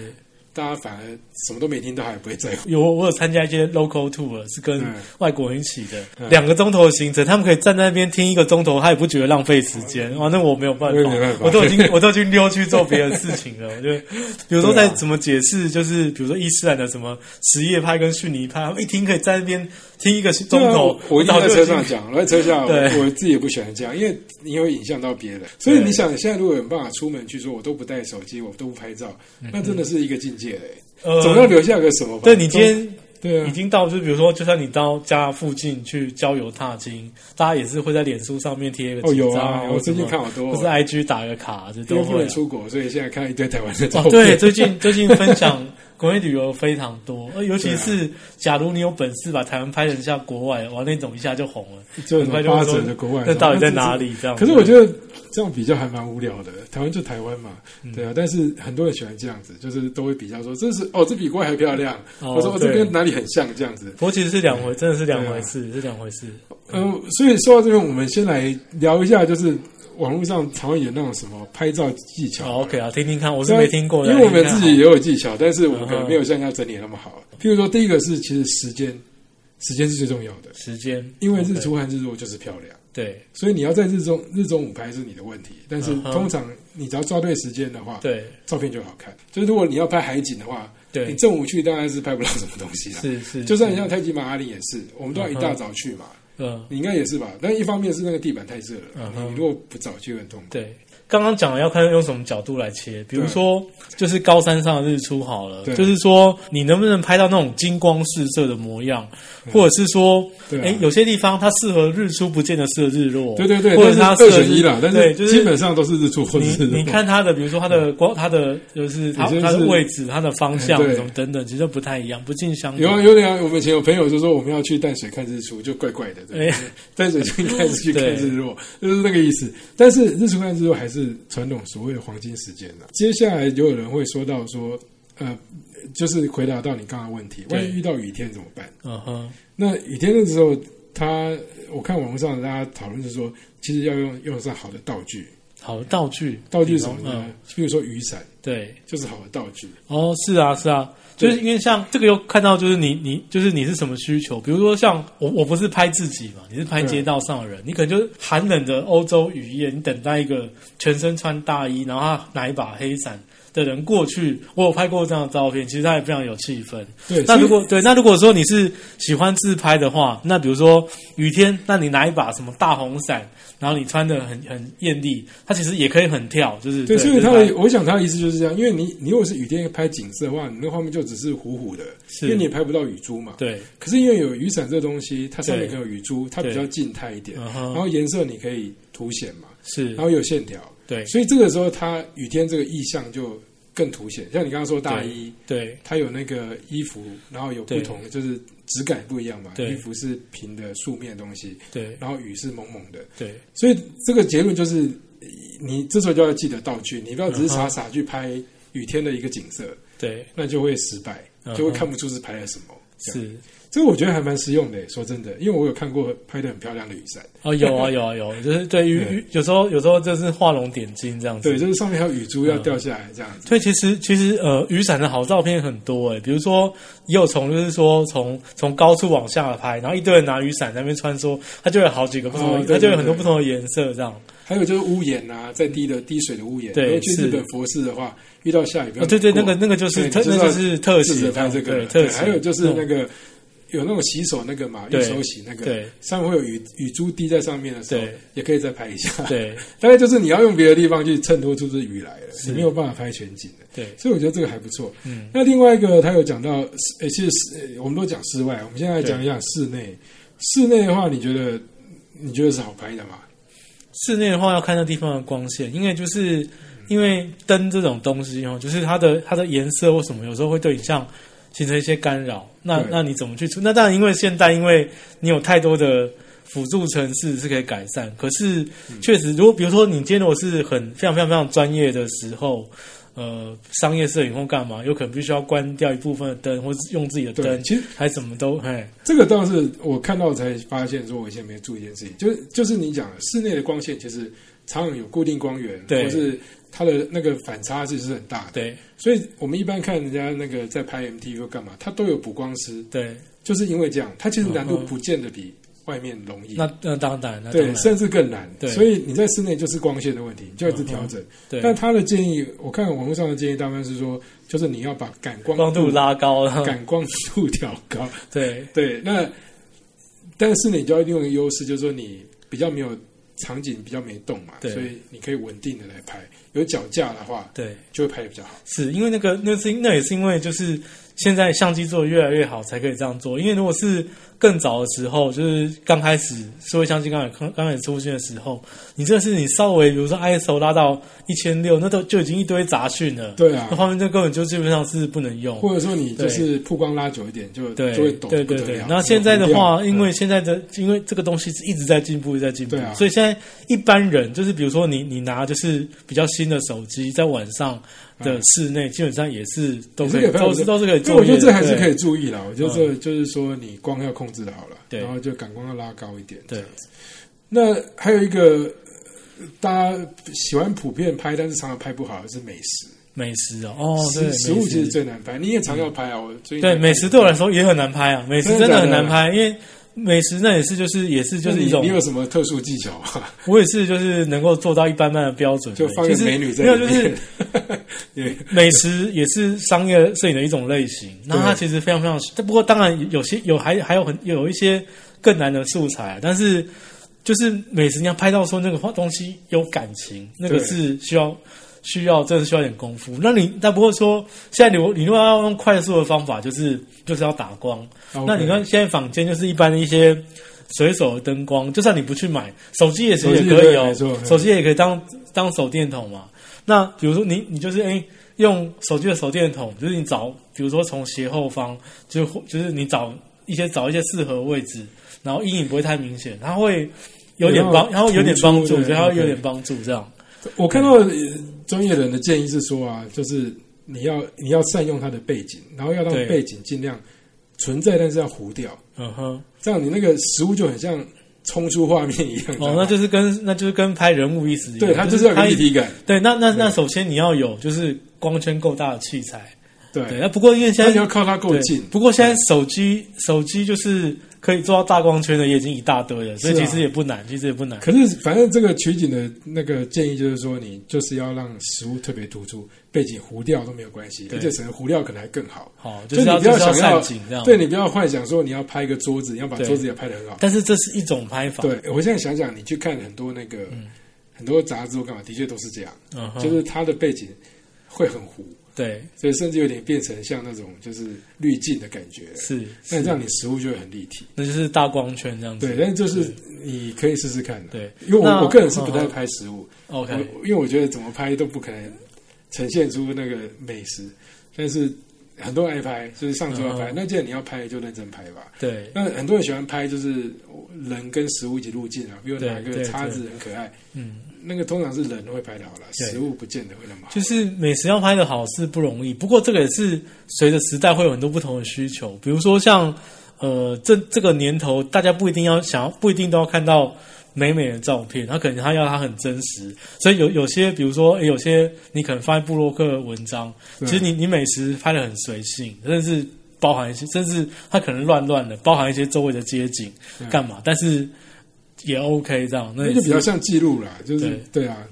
Speaker 1: 大家反而什么都没听到，还不会在乎。
Speaker 2: 有我有参加一些 local tour，是跟
Speaker 1: 嗯
Speaker 2: 外国人一起的，
Speaker 1: 嗯
Speaker 2: 两、个钟头的行程，他们可以站在那边听一个钟头，他也不觉得浪费时间。哇，那我没有办
Speaker 1: 嗯我也
Speaker 2: 法，
Speaker 1: 没办法
Speaker 2: 我都已 经我都已经溜去做别的事情了。我觉得有时候
Speaker 1: 对
Speaker 2: 在
Speaker 1: 啊
Speaker 2: 怎么解释，就是比如说伊斯兰的什么什叶派跟逊尼派，他们一听可以在那边听一个 钟头
Speaker 1: 对啊，我一定
Speaker 2: 早
Speaker 1: 在
Speaker 2: 就
Speaker 1: 车
Speaker 2: 已经
Speaker 1: 上讲，我在车上
Speaker 2: 对
Speaker 1: 我我自己也不喜欢这样，因为你会影响到别人。所以
Speaker 2: 对
Speaker 1: 你想，现在如果有办法出门去说，我都不带手机，我都不拍照，那真的是一个境界嘞、
Speaker 2: 嗯
Speaker 1: 欸
Speaker 2: 呃
Speaker 1: 总要留下个什么吧？
Speaker 2: 对你今天
Speaker 1: 对啊
Speaker 2: 已，经到，就比如说，就算你到家附近去郊游踏青，大家也是会在脸书上面贴一个
Speaker 1: 哦
Speaker 2: 几
Speaker 1: 有
Speaker 2: 张
Speaker 1: 啊，
Speaker 2: 或
Speaker 1: 我
Speaker 2: 什
Speaker 1: 最近
Speaker 2: 么
Speaker 1: 看好多
Speaker 2: 或是
Speaker 1: 哦，
Speaker 2: IG 打个卡，这
Speaker 1: 因为
Speaker 2: 都
Speaker 1: 不
Speaker 2: 会
Speaker 1: 能
Speaker 2: 啊、
Speaker 1: 出国，所以现在看一堆台湾的照
Speaker 2: 哦，
Speaker 1: 片。
Speaker 2: 对，最近最近分享国内旅游非常多，呃尤其
Speaker 1: 对啊
Speaker 2: 是假如你有本事把台湾拍成像国外，哇，那种一下就红了，
Speaker 1: 就
Speaker 2: 很快就
Speaker 1: 八
Speaker 2: 会说
Speaker 1: 折的国外，
Speaker 2: 那到底在哪
Speaker 1: 里？
Speaker 2: 里？这样子，
Speaker 1: 可是我觉得这样比较还蛮无聊的，台湾就台湾嘛，
Speaker 2: 嗯
Speaker 1: 对啊。但是很多人喜欢这样子，就是都会比较说，这是哦，这比国外还漂亮，
Speaker 2: 哦
Speaker 1: 我说哦，这
Speaker 2: 对
Speaker 1: 边哪里很像这样子。
Speaker 2: 不过其实是两回，真的是两
Speaker 1: 对啊
Speaker 2: 回事，是两回事。
Speaker 1: 嗯，所以说到这边，我们先来聊一下，就是网络上常会有那种什么拍照技巧。
Speaker 2: 好，OK 啊，听听看，我是没听过的，
Speaker 1: 因为我们
Speaker 2: 听听
Speaker 1: 自
Speaker 2: 看
Speaker 1: 己也有技巧，但是我们
Speaker 2: 嗯哼
Speaker 1: 可能没有像人家整理得那么好。譬如说，第一个是其实时间，时间是最重要的，
Speaker 2: 时间，
Speaker 1: 因为日
Speaker 2: OK，
Speaker 1: 出和日落就是漂亮。
Speaker 2: 对
Speaker 1: 所以你要在日中日中午拍是你的问题，但是
Speaker 2: 嗯哼
Speaker 1: 通常你只要抓对时间的话，
Speaker 2: 对
Speaker 1: 照片就好看。就是如果你要拍海景的话，你
Speaker 2: 对，
Speaker 1: 正午去当然是拍不到什么东西了。
Speaker 2: 是是，
Speaker 1: 就算你
Speaker 2: 是
Speaker 1: 像泰姬玛哈陵也是，我们都要一大早去嘛，
Speaker 2: 嗯。
Speaker 1: 你应该也是吧？但一方面是那个地板太热了
Speaker 2: 嗯，哼
Speaker 1: 你如果不早去很痛苦。
Speaker 2: 对，刚刚讲了要看用什么角度来切，比如说就是高山上的日出好了，
Speaker 1: 对
Speaker 2: 就是说你能不能拍到那种金光四射的模样，或者是说，
Speaker 1: 对啊
Speaker 2: 哎、有些地方它适合日出，不见得适合日落，
Speaker 1: 对对对，
Speaker 2: 或
Speaker 1: 但
Speaker 2: 者是
Speaker 1: 是
Speaker 2: 它
Speaker 1: 二
Speaker 2: 适合
Speaker 1: 选
Speaker 2: 日
Speaker 1: 一啦，但
Speaker 2: 对，就
Speaker 1: 基
Speaker 2: 是。
Speaker 1: 本上都是日出或者是
Speaker 2: 你
Speaker 1: 日落
Speaker 2: 你看它的，比如说它的光，它的就是它
Speaker 1: 有些是
Speaker 2: 它的位置、它的方向
Speaker 1: 嗯对
Speaker 2: 什么等等，其实都不太一样，不尽相同
Speaker 1: 有。啊有点啊，我们以前有朋友就说我们要去淡水看日出，就怪怪的，对不
Speaker 2: 哎
Speaker 1: 对？淡水就应该是去看
Speaker 2: 对
Speaker 1: 日落，就是那个意思。但是日出看日落还是传统所谓的黄金时间了、接下来就有人会说到说，呃，就是回答到你刚刚的问题，
Speaker 2: 对
Speaker 1: 万一遇到雨天怎么办？
Speaker 2: 嗯哼，
Speaker 1: 那雨天的时候，他我看网络上大家讨论是说，其实要用用上好的道具，
Speaker 2: 好道具，
Speaker 1: 道具是什么
Speaker 2: 嗯
Speaker 1: 呢？比如说雨伞，
Speaker 2: 对，
Speaker 1: 就是好的道具。
Speaker 2: 哦，是啊，是啊，就是因为像这个又看到，就是你你就是你是什么需求？比如说像我我不是拍自己嘛，你是拍街道上的人，你可能就是寒冷的欧洲雨夜，你等待一个全身穿大衣，然后他拿一把黑伞的人过去，我有拍过这样的照片，其实他也非常有气氛。
Speaker 1: 对，
Speaker 2: 那
Speaker 1: 所以
Speaker 2: 如果对，那如果说你是喜欢自拍的话，那比如说雨天，那你拿一把什么大红伞，然后你穿的很很艳丽，它其实也可以很跳，就是
Speaker 1: 对，所以他
Speaker 2: 就是
Speaker 1: 的我想他的意思就是这样，因为你你如果是雨天拍景色的话，你那画面就只是糊糊的，
Speaker 2: 是
Speaker 1: 因为你也拍不到雨珠嘛。
Speaker 2: 对，
Speaker 1: 可是因为有雨伞这个东西，它上面
Speaker 2: 对
Speaker 1: 可能有雨珠，它比较静态一点，
Speaker 2: 嗯
Speaker 1: 然
Speaker 2: 哼，
Speaker 1: 后颜色你可以凸显嘛，
Speaker 2: 是
Speaker 1: 然，后有线条，
Speaker 2: 对
Speaker 1: 所以这个时候它雨天这个意象就更凸显。像你刚刚说大衣，
Speaker 2: 对。
Speaker 1: 它有那个衣服，然后有不
Speaker 2: 对
Speaker 1: 同的就是质感不一样嘛，
Speaker 2: 对
Speaker 1: 衣服是平的素面的东西，
Speaker 2: 对
Speaker 1: 然后雨是蒙蒙的，
Speaker 2: 对
Speaker 1: 所以这个结论就是，你这时候就要记得道具，你不要只是
Speaker 2: 嗯
Speaker 1: 傻傻去拍雨天的一个景色，
Speaker 2: 对，
Speaker 1: 那就会失败
Speaker 2: 嗯哼，
Speaker 1: 就会看不出是拍了什么。这样，
Speaker 2: 是
Speaker 1: 这个我觉得还蛮实用的。说真的，因为我有看过拍的很漂亮的雨伞，
Speaker 2: 哦，有啊有啊有，就是对于于有时候有时候就是画龙点睛这样子
Speaker 1: 对，。就是上面还有雨珠要掉下来这样子。
Speaker 2: 所以其实其实呃，雨伞的好照片很多诶、欸比如说也有从就是说从从高处往下拍，然后一堆人拿雨伞在那边穿梭，它就有好几个不同的，
Speaker 1: 哦对
Speaker 2: 它就有
Speaker 1: 对
Speaker 2: 很多
Speaker 1: 对
Speaker 2: 不同的颜色这样。
Speaker 1: 还有就是屋檐啊，在滴的滴水的屋檐，
Speaker 2: 对
Speaker 1: 如果去
Speaker 2: 是
Speaker 1: 日本佛寺的话，遇到下雨不要
Speaker 2: 哦，对对，那
Speaker 1: 难过
Speaker 2: 个那个就是
Speaker 1: 对
Speaker 2: 特，那
Speaker 1: 你
Speaker 2: 就
Speaker 1: 要
Speaker 2: 是特
Speaker 1: 试
Speaker 2: 写
Speaker 1: 着拍这个
Speaker 2: 对
Speaker 1: 了，
Speaker 2: 特写。
Speaker 1: 还有就是那
Speaker 2: 嗯
Speaker 1: 个有那种洗手那个嘛，
Speaker 2: 对
Speaker 1: 用手洗那个，
Speaker 2: 对
Speaker 1: 上面会有雨雨珠滴在上面的时候
Speaker 2: 对，
Speaker 1: 也可以再拍一下。
Speaker 2: 对
Speaker 1: 大概就是你要用别的地方去衬托出这雨来了，
Speaker 2: 是
Speaker 1: 你没有办法拍全景的，
Speaker 2: 对
Speaker 1: 所以我觉得这个还不错。
Speaker 2: 嗯，
Speaker 1: 那另外一个他有讲到，呃，其实室呃我们都讲室外，我们现在来
Speaker 2: 对
Speaker 1: 讲一讲室内。室内的话，你觉得你觉得是好拍的吗？
Speaker 2: 室内的话，要看那地方的光线，因为就是因为灯这种东西哦，就是它的它的颜色或什么，有时候会对影像形成一些干扰。那
Speaker 1: 对
Speaker 2: 那你怎么去处？那当然，因为现代，因为你有太多的辅助程式是可以改善。可是
Speaker 1: 嗯
Speaker 2: 确实，如果比如说你今天如果是很非常非常非常专业的时候。呃，商业摄影或干嘛，有可能必须要关掉一部分的灯，或是用自己的
Speaker 1: 对，
Speaker 2: 灯，
Speaker 1: 其实
Speaker 2: 还怎么都，嘿，
Speaker 1: 这个倒是我看到才发现，说我以前没注意一件事情，就是就是你讲的室内的光线，其实常常有固定光源，
Speaker 2: 对
Speaker 1: 或是它的那个反差其实是很大的。
Speaker 2: 对
Speaker 1: 所以我们一般看人家那个在拍 MTV 或干嘛，它都有补光师，
Speaker 2: 对，
Speaker 1: 就是因为这样，它其实难度
Speaker 2: 嗯嗯
Speaker 1: 不见得比外面容易。
Speaker 2: 那那当然，那当
Speaker 1: 对
Speaker 2: 然，，
Speaker 1: 甚至更难。
Speaker 2: 对哦
Speaker 1: 所以你在室内就是光线的问题，你就要一直调整。
Speaker 2: 对，
Speaker 1: 但他的建议，我看网络上的建议，大部分是说，就是你要把感光
Speaker 2: 光度拉高了，
Speaker 1: 感光度调高。
Speaker 2: 对
Speaker 1: 对，那但是你就要利用一个优势，就是说你比较没有场景，比较没动嘛，
Speaker 2: 对
Speaker 1: 所以你可以稳定的来拍。有脚架的话，
Speaker 2: 对。
Speaker 1: 就会拍的比较好。
Speaker 2: 是因为那个那是那也是因为就是现在相机做的越来越好才可以这样做，因为如果是更早的时候，就是刚开始社会相机刚刚刚开始出现的时候，你这是你稍微比如说 ISO 拉到一千六，那都就已经一堆杂讯了，
Speaker 1: 对啊
Speaker 2: 那画面这根本就基本上是不能用。
Speaker 1: 或者说你就是曝光拉久一点，就
Speaker 2: 对
Speaker 1: 就会抖
Speaker 2: 对
Speaker 1: 得不
Speaker 2: 对
Speaker 1: 得
Speaker 2: 对，
Speaker 1: 了。
Speaker 2: 然后现在的话，
Speaker 1: 嗯
Speaker 2: 因为现在的因为这个东西是一直在进步，一直在进步
Speaker 1: 对，啊
Speaker 2: 所以现在一般人就是比如说你你拿就是比较新的手机，在晚上的室内基本上也是都可
Speaker 1: 嗯也
Speaker 2: 以，
Speaker 1: 是可以
Speaker 2: 都是都是可以
Speaker 1: 对，
Speaker 2: 做。
Speaker 1: 我觉得这还是可以
Speaker 2: 对。嗯
Speaker 1: 注意啦。我觉得这就是说，你光要控制的好了，
Speaker 2: 对
Speaker 1: 然后就感光要拉高一点。
Speaker 2: 对，
Speaker 1: 那还有一个呃大家喜欢普遍拍，但是常常拍不好的是美食。
Speaker 2: 美食哦，哦，对
Speaker 1: 食食物
Speaker 2: 美食
Speaker 1: 其实最难拍，你也常要拍啊。我最近
Speaker 2: 对美食对我来说也很难拍啊，美食真的
Speaker 1: 真
Speaker 2: 很
Speaker 1: 的假的
Speaker 2: 难拍，因为美食那也是就是也是就是
Speaker 1: 那
Speaker 2: 一
Speaker 1: 你
Speaker 2: 种
Speaker 1: 你有什么特殊技巧 吗？
Speaker 2: 我也是就是能够做到一般般的标准而已，
Speaker 1: 就放个
Speaker 2: 是
Speaker 1: 美女在
Speaker 2: 没有就
Speaker 1: 里
Speaker 2: 是
Speaker 1: 面。 对
Speaker 2: 美食也是商业摄影的一种类型，那它其实非常非常，但不过当然有些有还还有很有一些更难的素材，但是就是美食你要拍到说那个东西有感情，那个
Speaker 1: 对
Speaker 2: 是需要需要真的需要一点功夫。那你但不过说现在你如你如果要用快速的方法，就是就是要打光。
Speaker 1: OK
Speaker 2: 那你看现在坊间就是一般的一些。随手的灯光，就算你不去买，手机也是
Speaker 1: 手
Speaker 2: 也
Speaker 1: 机
Speaker 2: 可以
Speaker 1: 对
Speaker 2: 哦
Speaker 1: 没错，
Speaker 2: 手机也可以当当手电筒嘛。那比如说你你就是哎、用手机的手电筒，就是你找，比如说从斜后方，就就是你找一些找一些适合的位置，然后阴影不会太明显，它会有点帮，
Speaker 1: 有
Speaker 2: 然后有点帮助，
Speaker 1: 突出
Speaker 2: 对，它会有点
Speaker 1: OK
Speaker 2: 帮助这样。
Speaker 1: 我看到呃专业人的建议是说啊，就是你要你要善用它的背景，然后要让
Speaker 2: 对
Speaker 1: 背景尽量存在，但是要糊掉，
Speaker 2: 嗯哼，
Speaker 1: 这样你那个食物就很像冲出画面一样。你知道，
Speaker 2: 哦
Speaker 1: 吗
Speaker 2: 那就是跟那就是跟拍人物意思一样，
Speaker 1: 对，它就是要有
Speaker 2: 拍
Speaker 1: 立体感。
Speaker 2: 对，那那那首先你要有就是光圈够大的器材，对。
Speaker 1: 对，
Speaker 2: 那不过因为现
Speaker 1: 哎那
Speaker 2: 在
Speaker 1: 你要靠它够
Speaker 2: 对，
Speaker 1: 近。
Speaker 2: 不过现在手机手机就是可以做到大光圈的，也已经一大堆了，所以
Speaker 1: 是啊
Speaker 2: 其实也不难，其实也不难。
Speaker 1: 可是，反正这个取景的那个建议就是说，你就是要让食物特别突出，背景糊掉都没有关系，
Speaker 2: 对
Speaker 1: 而且整个糊掉可能还更好。
Speaker 2: 好，
Speaker 1: 就是你
Speaker 2: 要
Speaker 1: 不要
Speaker 2: 就是要
Speaker 1: 想要
Speaker 2: 散景这样。
Speaker 1: 对你不要幻想说你要拍一个桌子，你要把
Speaker 2: 对
Speaker 1: 桌子也拍得很好。
Speaker 2: 但是这是一种拍法，
Speaker 1: 对我现在想想，你去看很多那个、很多杂志或干嘛，的确都是这样，
Speaker 2: 嗯哼，
Speaker 1: 就是它的背景会很糊，
Speaker 2: 对，
Speaker 1: 所以甚至有点变成像那种就是滤镜的感觉。
Speaker 2: 是，
Speaker 1: 那这样你食物就会很立体。
Speaker 2: 那就是大光圈这样子。
Speaker 1: 对，但就是你可以试试看的。
Speaker 2: 对
Speaker 1: 因为
Speaker 2: 那
Speaker 1: 我我个人是不太
Speaker 2: 嗯
Speaker 1: 拍食物，
Speaker 2: ，OK，
Speaker 1: 我因为我觉得怎么拍都不可能呈现出那个美食，但是很多人爱拍，就是上周要拍。
Speaker 2: 嗯
Speaker 1: 那既然你要拍，就认真拍吧。
Speaker 2: 对，
Speaker 1: 那很多人喜欢拍就是人跟食物一起入镜啊，比如
Speaker 2: 对
Speaker 1: 拿一个
Speaker 2: 对
Speaker 1: 叉子
Speaker 2: 对
Speaker 1: 很可爱，
Speaker 2: 嗯，
Speaker 1: 那个通常是人会拍的好了，
Speaker 2: 对
Speaker 1: 食物不见得会那么好。
Speaker 2: 就是美食要拍的好是不容易，不过这个也是随着时代会有很多不同的需求，比如说像呃，这这个年头大家不一定要想要，不一定都要看到。美美的照片，他可能他要他很真实，所以有有些，比如说，诶有些你可能发在部落克文章，其
Speaker 1: 对
Speaker 2: 实你你美食拍的很随性，甚至包含一些，甚至它可能乱乱的，包含一些周围的街景
Speaker 1: 对啊
Speaker 2: 干嘛，但是也 OK 这样，那
Speaker 1: 那
Speaker 2: 也
Speaker 1: 就是比较像记录啦，就是对啊。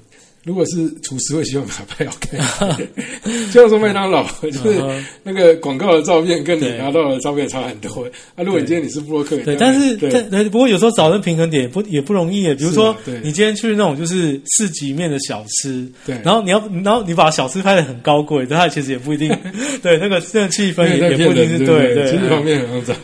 Speaker 1: 如果是厨师，会希望把它拍好看， 就像说麦当劳，就是
Speaker 2: 嗯哼
Speaker 1: 那个广告的照片跟你
Speaker 2: 对
Speaker 1: 拿到的照片差很多。啊，如果你今天你是布洛克，
Speaker 2: 对，
Speaker 1: 你当
Speaker 2: 但
Speaker 1: 然
Speaker 2: 是
Speaker 1: 对
Speaker 2: 但但不过有时候找那平衡点也不也不容易耶。比如
Speaker 1: 是啊
Speaker 2: 说
Speaker 1: 对，
Speaker 2: 你今天去那种就是市集面的小吃，
Speaker 1: 对
Speaker 2: 然后你要然后你把小吃拍的很高贵，但它其实也不一 定，对那个那个气氛
Speaker 1: 没有
Speaker 2: 也
Speaker 1: 在
Speaker 2: 也
Speaker 1: 骗
Speaker 2: 不一定
Speaker 1: 人，对
Speaker 2: 是对
Speaker 1: 不
Speaker 2: 对。
Speaker 1: 其实方
Speaker 2: 对
Speaker 1: 面很肮脏，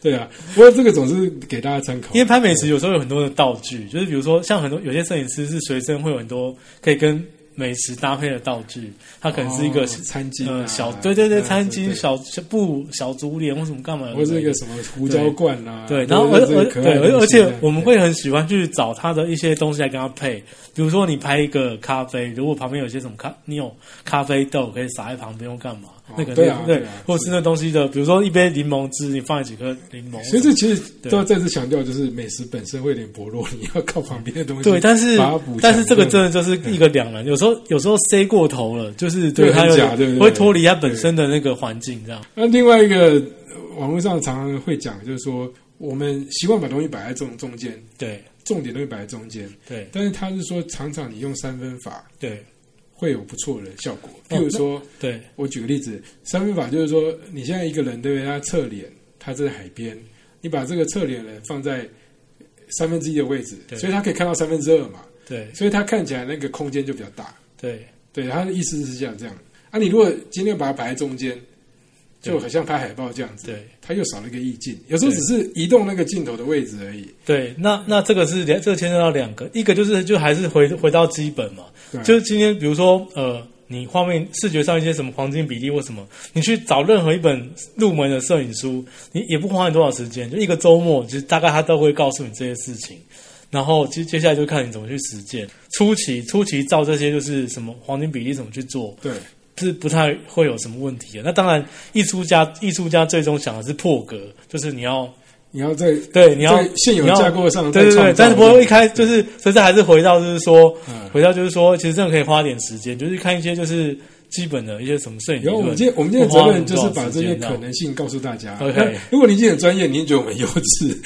Speaker 1: 对啊。不过这个总是给大家参考啊
Speaker 2: 因，为拍美食有时候有很多的道具，就是比如说像很多有些摄影师是随身会有很多可以跟美食搭配的道具，它可能是一个
Speaker 1: 哦。餐巾啊
Speaker 2: 呃，小对对对，
Speaker 1: 啊
Speaker 2: 餐巾、小小布、小竹帘或什么干嘛的，
Speaker 1: 或是一个什么胡椒罐啊，
Speaker 2: 对，然后
Speaker 1: 或
Speaker 2: 而
Speaker 1: 者
Speaker 2: 而
Speaker 1: 是可爱
Speaker 2: 对，
Speaker 1: 的
Speaker 2: 而
Speaker 1: 东
Speaker 2: 而
Speaker 1: 西
Speaker 2: 且
Speaker 1: 啊
Speaker 2: 我们会很喜欢去找他的一些东西来跟他配，比如说你拍一个咖啡，如果旁边有些什么咖，你有咖啡豆可以撒在旁边，或干嘛，那个
Speaker 1: 对啊
Speaker 2: 对
Speaker 1: 对啊，
Speaker 2: 或者是那东西的，比如说一杯柠檬汁，你放了几颗柠檬，
Speaker 1: 所以这其实
Speaker 2: 对
Speaker 1: 都要再次强调，就是美食本身会有点薄弱， 你要靠旁边的东西
Speaker 2: 对，但是
Speaker 1: 把它补强嗯啊
Speaker 2: 但是这个真的就是一个两难，有时候有时候塞过头了，就是对
Speaker 1: 对
Speaker 2: 它
Speaker 1: 很
Speaker 2: 有
Speaker 1: 假对对
Speaker 2: 点
Speaker 1: 对
Speaker 2: 会脱离它本身的那个环境这样。
Speaker 1: 那另外一个呃网络上常常会讲，就是说我们习惯把东西摆在中中间，
Speaker 2: 对
Speaker 1: 重点东西摆在中间，
Speaker 2: 对
Speaker 1: 但是他是说常常你用三分法
Speaker 2: 对
Speaker 1: 会有不错的效果。
Speaker 2: 哦
Speaker 1: 譬如说，
Speaker 2: 对
Speaker 1: 我举个例子，三分法就是说你现在一个人对不对？他侧脸，他在海边，你把这个侧脸人放在三分之一的位置，
Speaker 2: 对
Speaker 1: 所以他可以看到三分之二嘛，
Speaker 2: 对
Speaker 1: 所以他看起来那个空间就比较大。
Speaker 2: 对
Speaker 1: 对，他的意思是这样这样。啊，你如果今天把它摆在中间，就
Speaker 2: 对
Speaker 1: 很像拍海报这样子。
Speaker 2: 对
Speaker 1: 它又少了一个意境。有时候只是移动那个镜头的位置而已。
Speaker 2: 对，那那这个是两，这个牵涉到两个，一个就是就还是回回到基本嘛，
Speaker 1: 对
Speaker 2: 就是今天比如说呃，你画面视觉上一些什么黄金比例或什么，你去找任何一本入门的摄影书，你也不花你多少时间，就一个周末，就是大概他都会告诉你这些事情。然后接接下来就看你怎么去实践。初期初期照这些就是什么黄金比例怎么去做，
Speaker 1: 对
Speaker 2: 是不太会有什么问题的。啊那当然，艺术家艺术家最终想的是破格，就是你要
Speaker 1: 你要在
Speaker 2: 对，你要
Speaker 1: 在现有
Speaker 2: 你要
Speaker 1: 架构上
Speaker 2: 对
Speaker 1: 再
Speaker 2: 对对
Speaker 1: 创造，
Speaker 2: 但是不过一开就是，所以这还是回到就是说，
Speaker 1: 嗯
Speaker 2: 回到就是说，其实真的可以花点时间，就是看一些就是基本的一些什么摄影理
Speaker 1: 然后
Speaker 2: 论。
Speaker 1: 我们今天我们今天的责任就是把这些可能性告诉大家。
Speaker 2: OK
Speaker 1: 那如果你已经很专业，你已经觉得我们幼稚；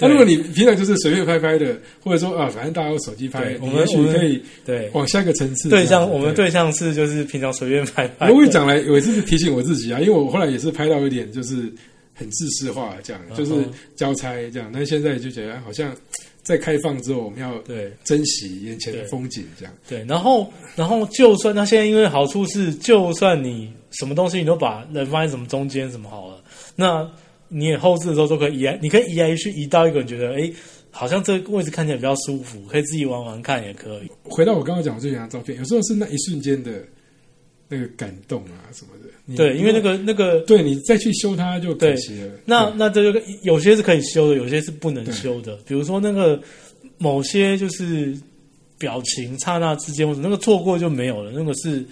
Speaker 1: 那如果你平常就是随便拍拍的，或者说啊，反正大家有手机拍
Speaker 2: 对，我
Speaker 1: 你
Speaker 2: 们
Speaker 1: 也许
Speaker 2: 我们
Speaker 1: 可以
Speaker 2: 对
Speaker 1: 往下一个层次。
Speaker 2: 对
Speaker 1: 这样
Speaker 2: 象，
Speaker 1: 子
Speaker 2: 我们对象是就是平常随便拍拍
Speaker 1: 我也讲来，我也是提醒我自己啊，因为我后来也是拍到一点就是很自私化，这样
Speaker 2: 嗯哼
Speaker 1: 就是交差这样。但现在就觉得好像在开放之后，我们要
Speaker 2: 对
Speaker 1: 珍惜眼前的风景，这样
Speaker 2: 对，然后然后就算那现在因为好处是，就算你什么东西你都把人放在什么中间什么好了，那你也后置的时候都可以移来，你可以移来去移到一个你觉得哎，好像这个位置看起来比较舒服，可以自己玩玩看也可以。
Speaker 1: 回到我刚刚讲我最喜欢的照片，有时候是那一瞬间的那个感动啊什么的。你
Speaker 2: 对，因为那个那个
Speaker 1: 对你再去修它就可惜了。
Speaker 2: 那
Speaker 1: 对
Speaker 2: 那这就跟有些是可以修的，有些是不能
Speaker 1: 对
Speaker 2: 修的。比如说那个某些就是表情刹那之间，或者那个错过就没有了，那个是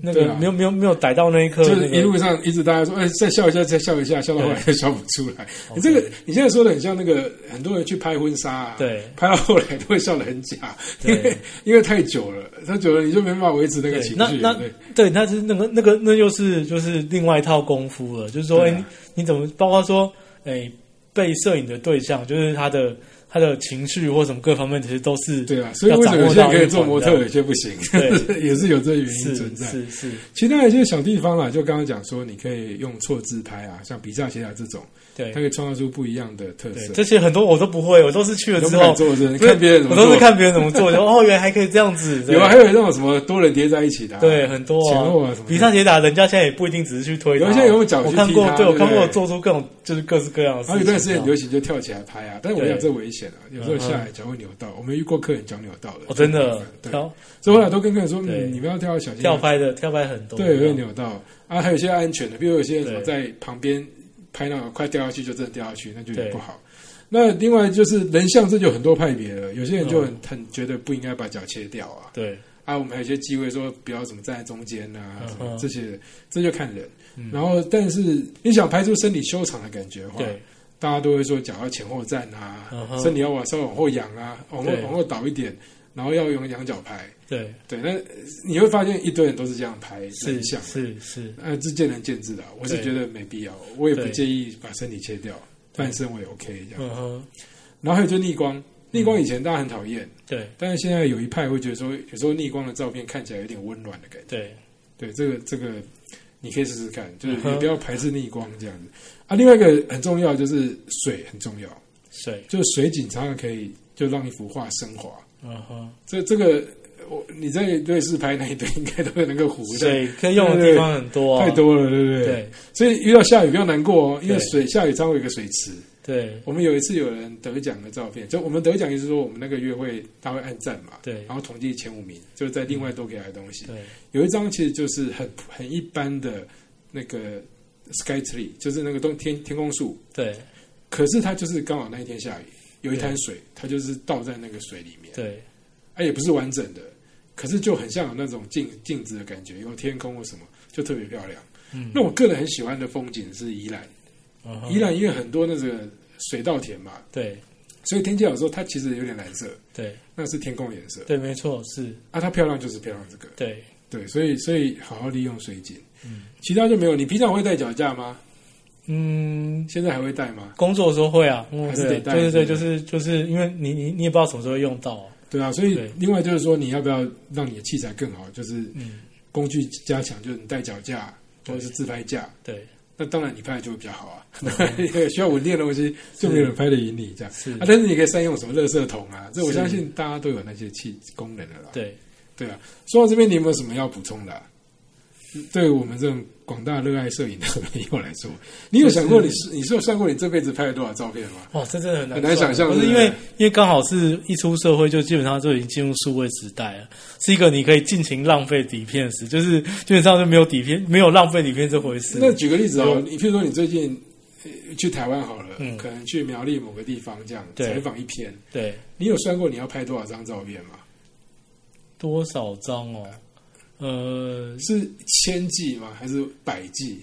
Speaker 2: 那
Speaker 1: 对
Speaker 2: 个
Speaker 1: 啊
Speaker 2: 没有、没有没有逮到那一刻，
Speaker 1: 就
Speaker 2: 那
Speaker 1: 是一
Speaker 2: 个
Speaker 1: 路上一直大家说，哎，再笑一下，再笑一下，笑到后来又笑不出来。你这个你现在说的很像那个很多人去拍婚纱、啊，
Speaker 2: 对
Speaker 1: 拍到后来都会笑得很假，因
Speaker 2: 对
Speaker 1: 为 因为太久了，太久了你就没办法维持那个情
Speaker 2: 对
Speaker 1: 绪。
Speaker 2: 那那
Speaker 1: 对
Speaker 2: 对，那是那个那个那又是就是另外一套功夫了，就是说，
Speaker 1: 对
Speaker 2: 哎、
Speaker 1: 啊
Speaker 2: 你你怎么包括说，哎，被摄影的对象就是他的他的情绪或什么各方面，其实都是
Speaker 1: 对啊，所以
Speaker 2: 要
Speaker 1: 为
Speaker 2: 掌
Speaker 1: 什么有
Speaker 2: 握
Speaker 1: 些
Speaker 2: 到
Speaker 1: 人可以
Speaker 2: 一
Speaker 1: 做
Speaker 2: 环
Speaker 1: 模
Speaker 2: 的
Speaker 1: 特，有些不行，
Speaker 2: 对
Speaker 1: 也是有这个原因
Speaker 2: 是
Speaker 1: 存在。
Speaker 2: 是是，
Speaker 1: 其他有一些小地方啦，啊就刚刚讲说，你可以用错字拍啊，像笔下写打这种，
Speaker 2: 对
Speaker 1: 它可以创造出不一样的特
Speaker 2: 对，
Speaker 1: 色。
Speaker 2: 这些很多我都不会，我都是去了
Speaker 1: 都
Speaker 2: 之
Speaker 1: 不
Speaker 2: 后
Speaker 1: 敢。做，真的
Speaker 2: 不是
Speaker 1: 看别人怎么
Speaker 2: 我都
Speaker 1: 做
Speaker 2: 是。看别人怎么做，就哦，原来还可以这样子。对
Speaker 1: 有啊，还有那种什么多人叠在一起的啊、
Speaker 2: 对很多
Speaker 1: 前后啊
Speaker 2: 啊
Speaker 1: 什么的，
Speaker 2: 比上铁打，人家现在也不一定只是去推他，
Speaker 1: 有一些人用脚去
Speaker 2: 我
Speaker 1: 踢
Speaker 2: 看过
Speaker 1: 他，
Speaker 2: 对我
Speaker 1: 对不
Speaker 2: 看
Speaker 1: 对
Speaker 2: 过做出各种就是各式各样的事
Speaker 1: 然
Speaker 2: 情。
Speaker 1: 后有段时间很流
Speaker 2: 你知
Speaker 1: 行就跳起来拍啊，但是我
Speaker 2: 对
Speaker 1: 想这危险啊，有时候
Speaker 2: 嗯哼
Speaker 1: 下来脚会扭到。我们遇过客人脚扭到了
Speaker 2: 道，哦，真的
Speaker 1: 对，
Speaker 2: 跳
Speaker 1: 所以后来都跟客人说，
Speaker 2: 对
Speaker 1: 嗯，你们要跳小心啊
Speaker 2: 跳，拍的跳拍很多，
Speaker 1: 对，会扭到啊。还有一些安全的，比如有些人什么
Speaker 2: 对
Speaker 1: 在旁边拍到快掉下去就真的掉下去，那就有点
Speaker 2: 对
Speaker 1: 不好。那另外就是人像，这就有很多派别了。有些人就很
Speaker 2: 嗯
Speaker 1: 很觉得不应该把脚切掉啊，
Speaker 2: 对
Speaker 1: 啊，我们还有一些机会说不要怎么站在中间啊，
Speaker 2: 嗯
Speaker 1: 什么
Speaker 2: 哼
Speaker 1: 这些，这就看人。
Speaker 2: 嗯
Speaker 1: 然后，但是你想拍出身体修长的感觉的话，
Speaker 2: 对
Speaker 1: 大家都会说脚要前后站啊，
Speaker 2: 嗯哼
Speaker 1: 身体要往稍微往后仰啊，往后
Speaker 2: 对
Speaker 1: 往后倒一点，然后要用仰角拍。
Speaker 2: 对
Speaker 1: 对，那呃你会发现一堆人都是这样拍人
Speaker 2: 是
Speaker 1: 像，
Speaker 2: 是是，
Speaker 1: 呃，这见仁见智的啊。我是
Speaker 2: 对
Speaker 1: 觉得没必要，我也不
Speaker 2: 对
Speaker 1: 介意把身体切掉，
Speaker 2: 对
Speaker 1: 半身我也 OK 这样。
Speaker 2: 嗯哼，
Speaker 1: 然后还有就逆光，逆
Speaker 2: 嗯
Speaker 1: 光以前大家很讨厌，
Speaker 2: 对
Speaker 1: 但是现在有一派会觉得说，有时候逆光的照片看起来有点温暖的感觉。
Speaker 2: 对
Speaker 1: 对，这个这个你可以试试看，就是
Speaker 2: 嗯哼
Speaker 1: 你不要排斥逆光这样子。啊，另外一个很重要就是水很重要。
Speaker 2: 水，
Speaker 1: 就水景常常可以就让一幅画升华。
Speaker 2: 嗯哼，
Speaker 1: 这这个我你在瑞士拍那一堆，应该都有那个湖的，
Speaker 2: 水可以用的地方很多啊，
Speaker 1: 太多了，对不对？
Speaker 2: 对
Speaker 1: 所以遇到下雨不要难过哦，因为
Speaker 2: 对
Speaker 1: 水下雨常会有一个水池。
Speaker 2: 对
Speaker 1: 我们有一次有人得奖的照片，就我们得奖就是说我们那个月会他会按赞嘛，
Speaker 2: 对嗯
Speaker 1: 然后统计前五名，就是在另外多给他的东西。
Speaker 2: 对
Speaker 1: 有一张其实就是很很一般的那个 sky tree，就是那个东天天空树，
Speaker 2: 对
Speaker 1: 可是它就是刚好那一天下雨，有一滩水，它就是倒在那个水里面，
Speaker 2: 对
Speaker 1: 它也不是完整的，可是就很像有那种镜镜子的感觉，有天空或什么，就特别漂亮。
Speaker 2: 嗯
Speaker 1: 那我个人很喜欢的风景是宜兰，
Speaker 2: 嗯
Speaker 1: 宜
Speaker 2: 哼，
Speaker 1: 兰因为很多那个水稻田嘛，
Speaker 2: 对
Speaker 1: 所以天气好的时候它其实有点蓝色，
Speaker 2: 对
Speaker 1: 那是天空颜色
Speaker 2: 对，没错，是
Speaker 1: 啊。它漂亮就是漂亮这个，
Speaker 2: 对。
Speaker 1: 对，所以所以好好利用水景。嗯，其他就没有。你平常会带脚架吗？
Speaker 2: 嗯，
Speaker 1: 现在还会带吗？
Speaker 2: 工作的时候会啊，嗯
Speaker 1: 还是
Speaker 2: 对
Speaker 1: 得带
Speaker 2: 对
Speaker 1: 是
Speaker 2: 对对，就
Speaker 1: 不
Speaker 2: 是就是因为你你你也不知道什么时候会用到啊、
Speaker 1: 对啊，所以
Speaker 2: 对
Speaker 1: 另外就是说，你要不要让你的器材更好？就是
Speaker 2: 嗯，
Speaker 1: 工具加强，就是你带脚架或
Speaker 2: 对
Speaker 1: 者是自拍架。
Speaker 2: 对，
Speaker 1: 那当然，你拍的就会比较好啊。 需要稳定的东西，就没有人拍得赢你这样
Speaker 2: 是
Speaker 1: 啊。但是你可以善用什么垃圾桶啊，这我
Speaker 2: 是
Speaker 1: 相信大家都有那些器功能的啦。
Speaker 2: 对，
Speaker 1: 对啊，说到这边，你有没有什么要补充的啊、对我们这种广大热爱摄影的朋友来说，你有想过你 是你是有算过你这辈子拍了多少照片吗？
Speaker 2: 哇，这真的很难
Speaker 1: 很难想象
Speaker 2: 不
Speaker 1: 对
Speaker 2: 是
Speaker 1: 不
Speaker 2: 因
Speaker 1: 对
Speaker 2: 为因为刚好是一出社会就基本上就已经进入数位时代了，是一个你可以尽情浪费底片时，就是基本上就没有底片，没有浪费底片这回事。
Speaker 1: 那举个例子哦
Speaker 2: 有，
Speaker 1: 你譬如说你最近呃去台湾好了，
Speaker 2: 嗯
Speaker 1: 可能去苗栗某个地方这样
Speaker 2: 对
Speaker 1: 采访一篇，
Speaker 2: 对
Speaker 1: 你有算过你要拍多少张照片吗？
Speaker 2: 多少张哦？呃，
Speaker 1: 是千计吗？还是百计？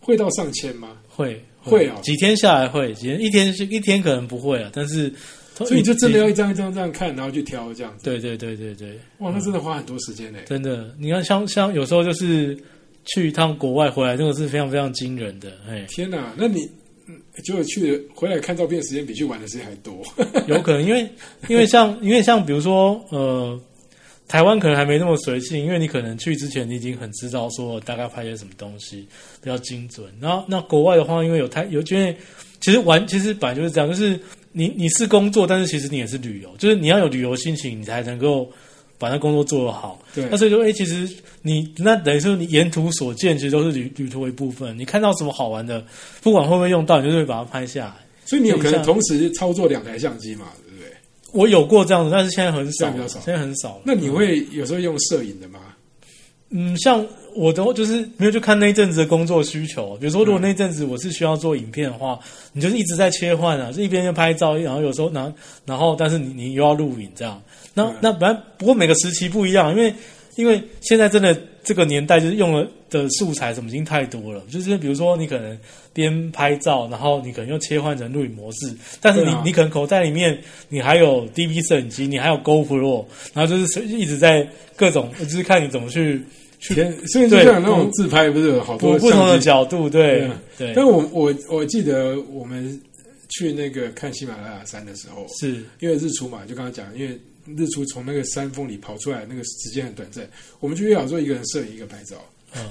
Speaker 1: 会到上千吗？
Speaker 2: 会
Speaker 1: 会哦
Speaker 2: 几天下来会，几天一天是一天可能不会啊，但是
Speaker 1: 所以你就真的要一张一张这样看，然后去挑这样子。
Speaker 2: 对对对对对。
Speaker 1: 哇，那真的花很多时间呢。，
Speaker 2: 真的，你看像像有时候就是去一趟国外回来，那个是非常非常惊人的，哎
Speaker 1: 天哪，那你嗯结果去了回来看照片的时间比去玩的时间还多。
Speaker 2: 有可能因为因为像因为像比如说呃，台湾可能还没那么随性，因为你可能去之前你已经很知道说大概拍些什么东西比较精准，然后那国外的话，因为有太有因为其实玩其实本来就是这样，就是你你是工作，但是其实你也是旅游，就是你要有旅游心情，你才能够把那工作做得好。
Speaker 1: 对
Speaker 2: 那所以说，哎、其实你那等于说你沿途所见，其实都是旅旅途的一部分。你看到什么好玩的，不管会不会用到，你就会把它拍下来。
Speaker 1: 所以你有可能同时操作两台相机嘛，对不对？
Speaker 2: 我有过这样子，但是现在很
Speaker 1: 现
Speaker 2: 少
Speaker 1: 在比
Speaker 2: 了，
Speaker 1: 较少
Speaker 2: 现在很少了。
Speaker 1: 那你会有时候用摄影的吗？
Speaker 2: 嗯，像我都就是没有就看那一阵子的工作需求。比如说，如果那一阵子我是需要做影片的话，你就是一直在切换啊，就一边就拍照，然后有时候然后然后但是你你又要录影这样。那
Speaker 1: 嗯
Speaker 2: 那本来不过每个时期不一样，因为因为现在真的这个年代就是用了的素材什么已经太多了，就是比如说你可能边拍照，然后你可能又切换成录影模式，但是你、
Speaker 1: 对啊
Speaker 2: 你可能口袋里面你还有 DV 摄影机，你还有 GoPro，然后就是一直在各种就是看你怎么去。去
Speaker 1: 天，所以就像那种自拍，不是有好多
Speaker 2: 不不同的
Speaker 1: 相机？嗯
Speaker 2: 角度，对对
Speaker 1: 但我我我记得我们去那个看喜马拉雅山的时候，
Speaker 2: 是，
Speaker 1: 因为日出嘛，就刚刚讲，因为日出从那个山峰里跑出来，那个时间很短暂，我们就约好说一个人摄影，一个拍照，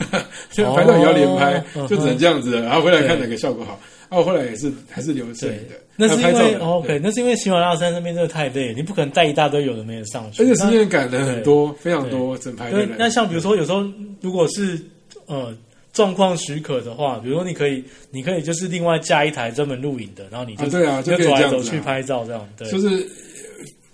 Speaker 1: 就拍照也要连拍，
Speaker 2: 嗯哦
Speaker 1: 就只能这样子了，然后回来看
Speaker 2: 对
Speaker 1: 哪个效果好。啊，我后来也是还是留摄影的，
Speaker 2: 那是
Speaker 1: 还有
Speaker 2: 因
Speaker 1: 拍
Speaker 2: 为
Speaker 1: 照的
Speaker 2: 哦 OK，
Speaker 1: 对
Speaker 2: 那是因为喜马拉雅山那边真的太累了，你不可能带一大堆有的没的上去，
Speaker 1: 而且
Speaker 2: 那
Speaker 1: 时间感人很多，非常多，整排的
Speaker 2: 对，那
Speaker 1: 人。
Speaker 2: 像比如说，有时候如果是呃状况许可的话，比如说你可以，你可以就是另外加一台专门录影的，然后你就、
Speaker 1: 啊对啊
Speaker 2: 你
Speaker 1: 就
Speaker 2: 就
Speaker 1: 可以
Speaker 2: 走
Speaker 1: 这
Speaker 2: 来
Speaker 1: 样子啊
Speaker 2: 走去拍照这样，对。
Speaker 1: 就是呃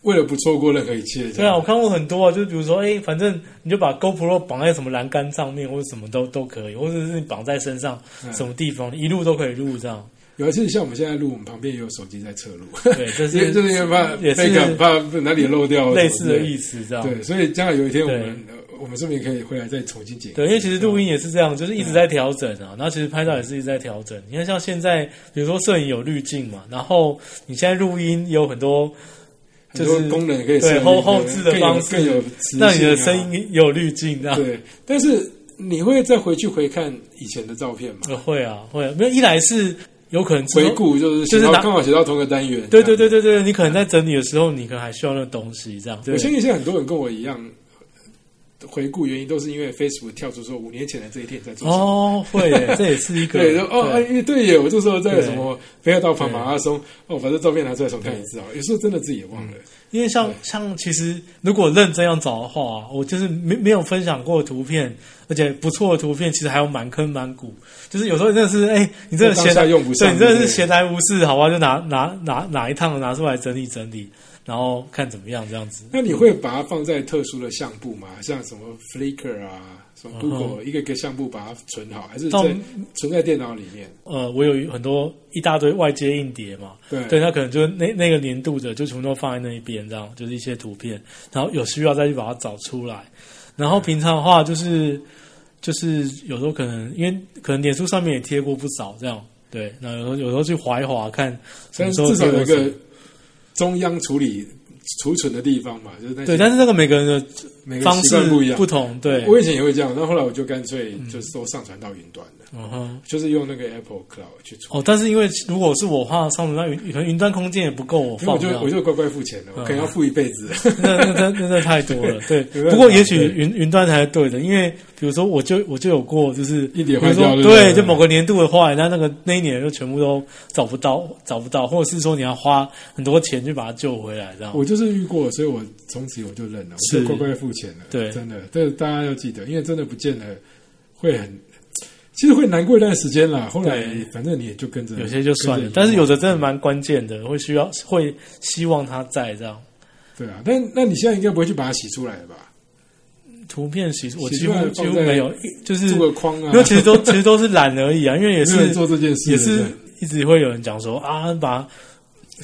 Speaker 1: 为了不错过任何一切，这
Speaker 2: 对啊，
Speaker 1: 样
Speaker 2: 我看过很多啊，就是比如说，哎、反正你就把 GoPro 绑在什么栏杆上面，或者什么都都可以，或者是你绑在身上
Speaker 1: 嗯
Speaker 2: 什么地方，一路都可以录这样。
Speaker 1: 有一次像我们现在录，我们旁边也有手机在侧录，
Speaker 2: 对，这
Speaker 1: 因为
Speaker 2: 是
Speaker 1: 就是因为怕
Speaker 2: 也是
Speaker 1: 被感怕哪里漏掉，
Speaker 2: 类似的
Speaker 1: 思。
Speaker 2: 意思，这样。
Speaker 1: 对，所以将来有一天我们呃我们顺便可以回来再重新剪。
Speaker 2: 对，因为其实录音也是这样，就是
Speaker 1: 嗯
Speaker 2: 一直在调整啊。然后其实拍照也是一直在调整。你看，像现在，比如说摄影有滤镜嘛，然后你现在录音也有很多，
Speaker 1: 啊很
Speaker 2: 就
Speaker 1: 多
Speaker 2: 是
Speaker 1: 功能可以设
Speaker 2: 对
Speaker 1: 定
Speaker 2: 后后置的
Speaker 1: 更有
Speaker 2: 方式
Speaker 1: 更有磁性啊
Speaker 2: 让你的声音啊也有滤镜，这样。
Speaker 1: 对。但是你会再回去回看以前的照片吗？
Speaker 2: 呃会啊，会啊。没有，一来呃是有可能之后
Speaker 1: 回，顾就是
Speaker 2: 就是
Speaker 1: 写到
Speaker 2: 拿
Speaker 1: 刚好写到同个单元。
Speaker 2: 对对
Speaker 1: 这样
Speaker 2: 对对对，你可能在整理的时候，你可能还需要那个东西，这样。对
Speaker 1: 我相信现在很多人跟我一样，回顾原因都是因为 Facebook 跳出说五年前的这一天在做什么。
Speaker 2: 哦，会耶，这也是一 个
Speaker 1: 对，说哦，哎，
Speaker 2: 对
Speaker 1: 对对耶！我这时候在
Speaker 2: 对
Speaker 1: 什么飞到跑马拉松，哦，把这照片拿出来重看一次啊。有时候真的自己也忘了，
Speaker 2: 因为像像其实如果认真要找的话、我就是没没有分享过的图片，而且不错的图片，其实还有满坑满谷。就是有时候真的是，哎、你真的
Speaker 1: 当
Speaker 2: 闲
Speaker 1: 下
Speaker 2: 来
Speaker 1: 用不上
Speaker 2: 对你真的
Speaker 1: 对
Speaker 2: 是
Speaker 1: 不对
Speaker 2: 闲来无事，好吧，就拿拿拿哪一趟拿出来整理整理，然后看怎么样这样子。
Speaker 1: 那你会把它放在特殊的相簿吗？像什么 Flickr 啊，什
Speaker 2: 嗯
Speaker 1: 么 Google，、一个一个相簿把它存好，还是在
Speaker 2: 到
Speaker 1: 存在电脑里面？
Speaker 2: 呃，我有很多一大堆外接硬碟嘛，
Speaker 1: 对
Speaker 2: 对，那可能就是那那个年度的就全部都放在那一边，这样就是一些图片，然后有需要再去把它找出来。然后平常的话，就是就是有时候可能因为可能脸书上面也贴过不少这样，对，那有时候有时候去划一划看，什
Speaker 1: 但
Speaker 2: 么
Speaker 1: 是
Speaker 2: 时候
Speaker 1: 至少
Speaker 2: 贴
Speaker 1: 有
Speaker 2: 过
Speaker 1: 一
Speaker 2: 什
Speaker 1: 个
Speaker 2: 么
Speaker 1: 中央处理储存的地方嘛，就是那些
Speaker 2: 对，但是那个每个人的
Speaker 1: 每个人
Speaker 2: 方
Speaker 1: 习
Speaker 2: 式
Speaker 1: 惯不一样。
Speaker 2: 同，对，
Speaker 1: 我以前也会这样，但后来我就干脆就是都上传到云端了，
Speaker 2: 嗯哼。
Speaker 1: 就是用那个 Apple Cloud 去处理。
Speaker 2: 哦，但是因为如果是我画上传到云，可能云端空间也不够我
Speaker 1: 因为
Speaker 2: 放嗯
Speaker 1: 我
Speaker 2: 这
Speaker 1: 就
Speaker 2: 样，
Speaker 1: 我就乖乖付钱了，我可能要付一辈子。
Speaker 2: 那那那那那太多了，对。
Speaker 1: 有没有
Speaker 2: 不过也许
Speaker 1: 对
Speaker 2: 云云端才是对的，因为比如说我就我就有过，就是
Speaker 1: 一
Speaker 2: 比
Speaker 1: 点
Speaker 2: 如
Speaker 1: 坏
Speaker 2: 说
Speaker 1: 掉对不
Speaker 2: 对，
Speaker 1: 对
Speaker 2: 就某个年度的话，那那个那一年就全部都找不到找不到，或者是说你要花很多钱去把它救回来，这样。
Speaker 1: 我就是遇过，所以我从此我就认了，我
Speaker 2: 是
Speaker 1: 就乖乖付钱了。
Speaker 2: 对
Speaker 1: 真的，这大家要记得，因为真的不见了会很，其实会难过一段时间啦。后来
Speaker 2: 对
Speaker 1: 反正你也就跟着
Speaker 2: 有些就算了
Speaker 1: 跟着，
Speaker 2: 但是有的真的蛮关键的，会需要会希望它在这样。
Speaker 1: 对啊，但那你现在应该不会去把它洗出来了吧？
Speaker 2: 图片其实我
Speaker 1: 习
Speaker 2: 几乎
Speaker 1: 惯
Speaker 2: 几乎
Speaker 1: 放在
Speaker 2: 没有，就是
Speaker 1: 做个框啊，
Speaker 2: 因为其实都其实都是懒而已啊，因为也
Speaker 1: 也
Speaker 2: 是
Speaker 1: 人做这件事，
Speaker 2: 也是
Speaker 1: 对不
Speaker 2: 一直会有人讲说啊，把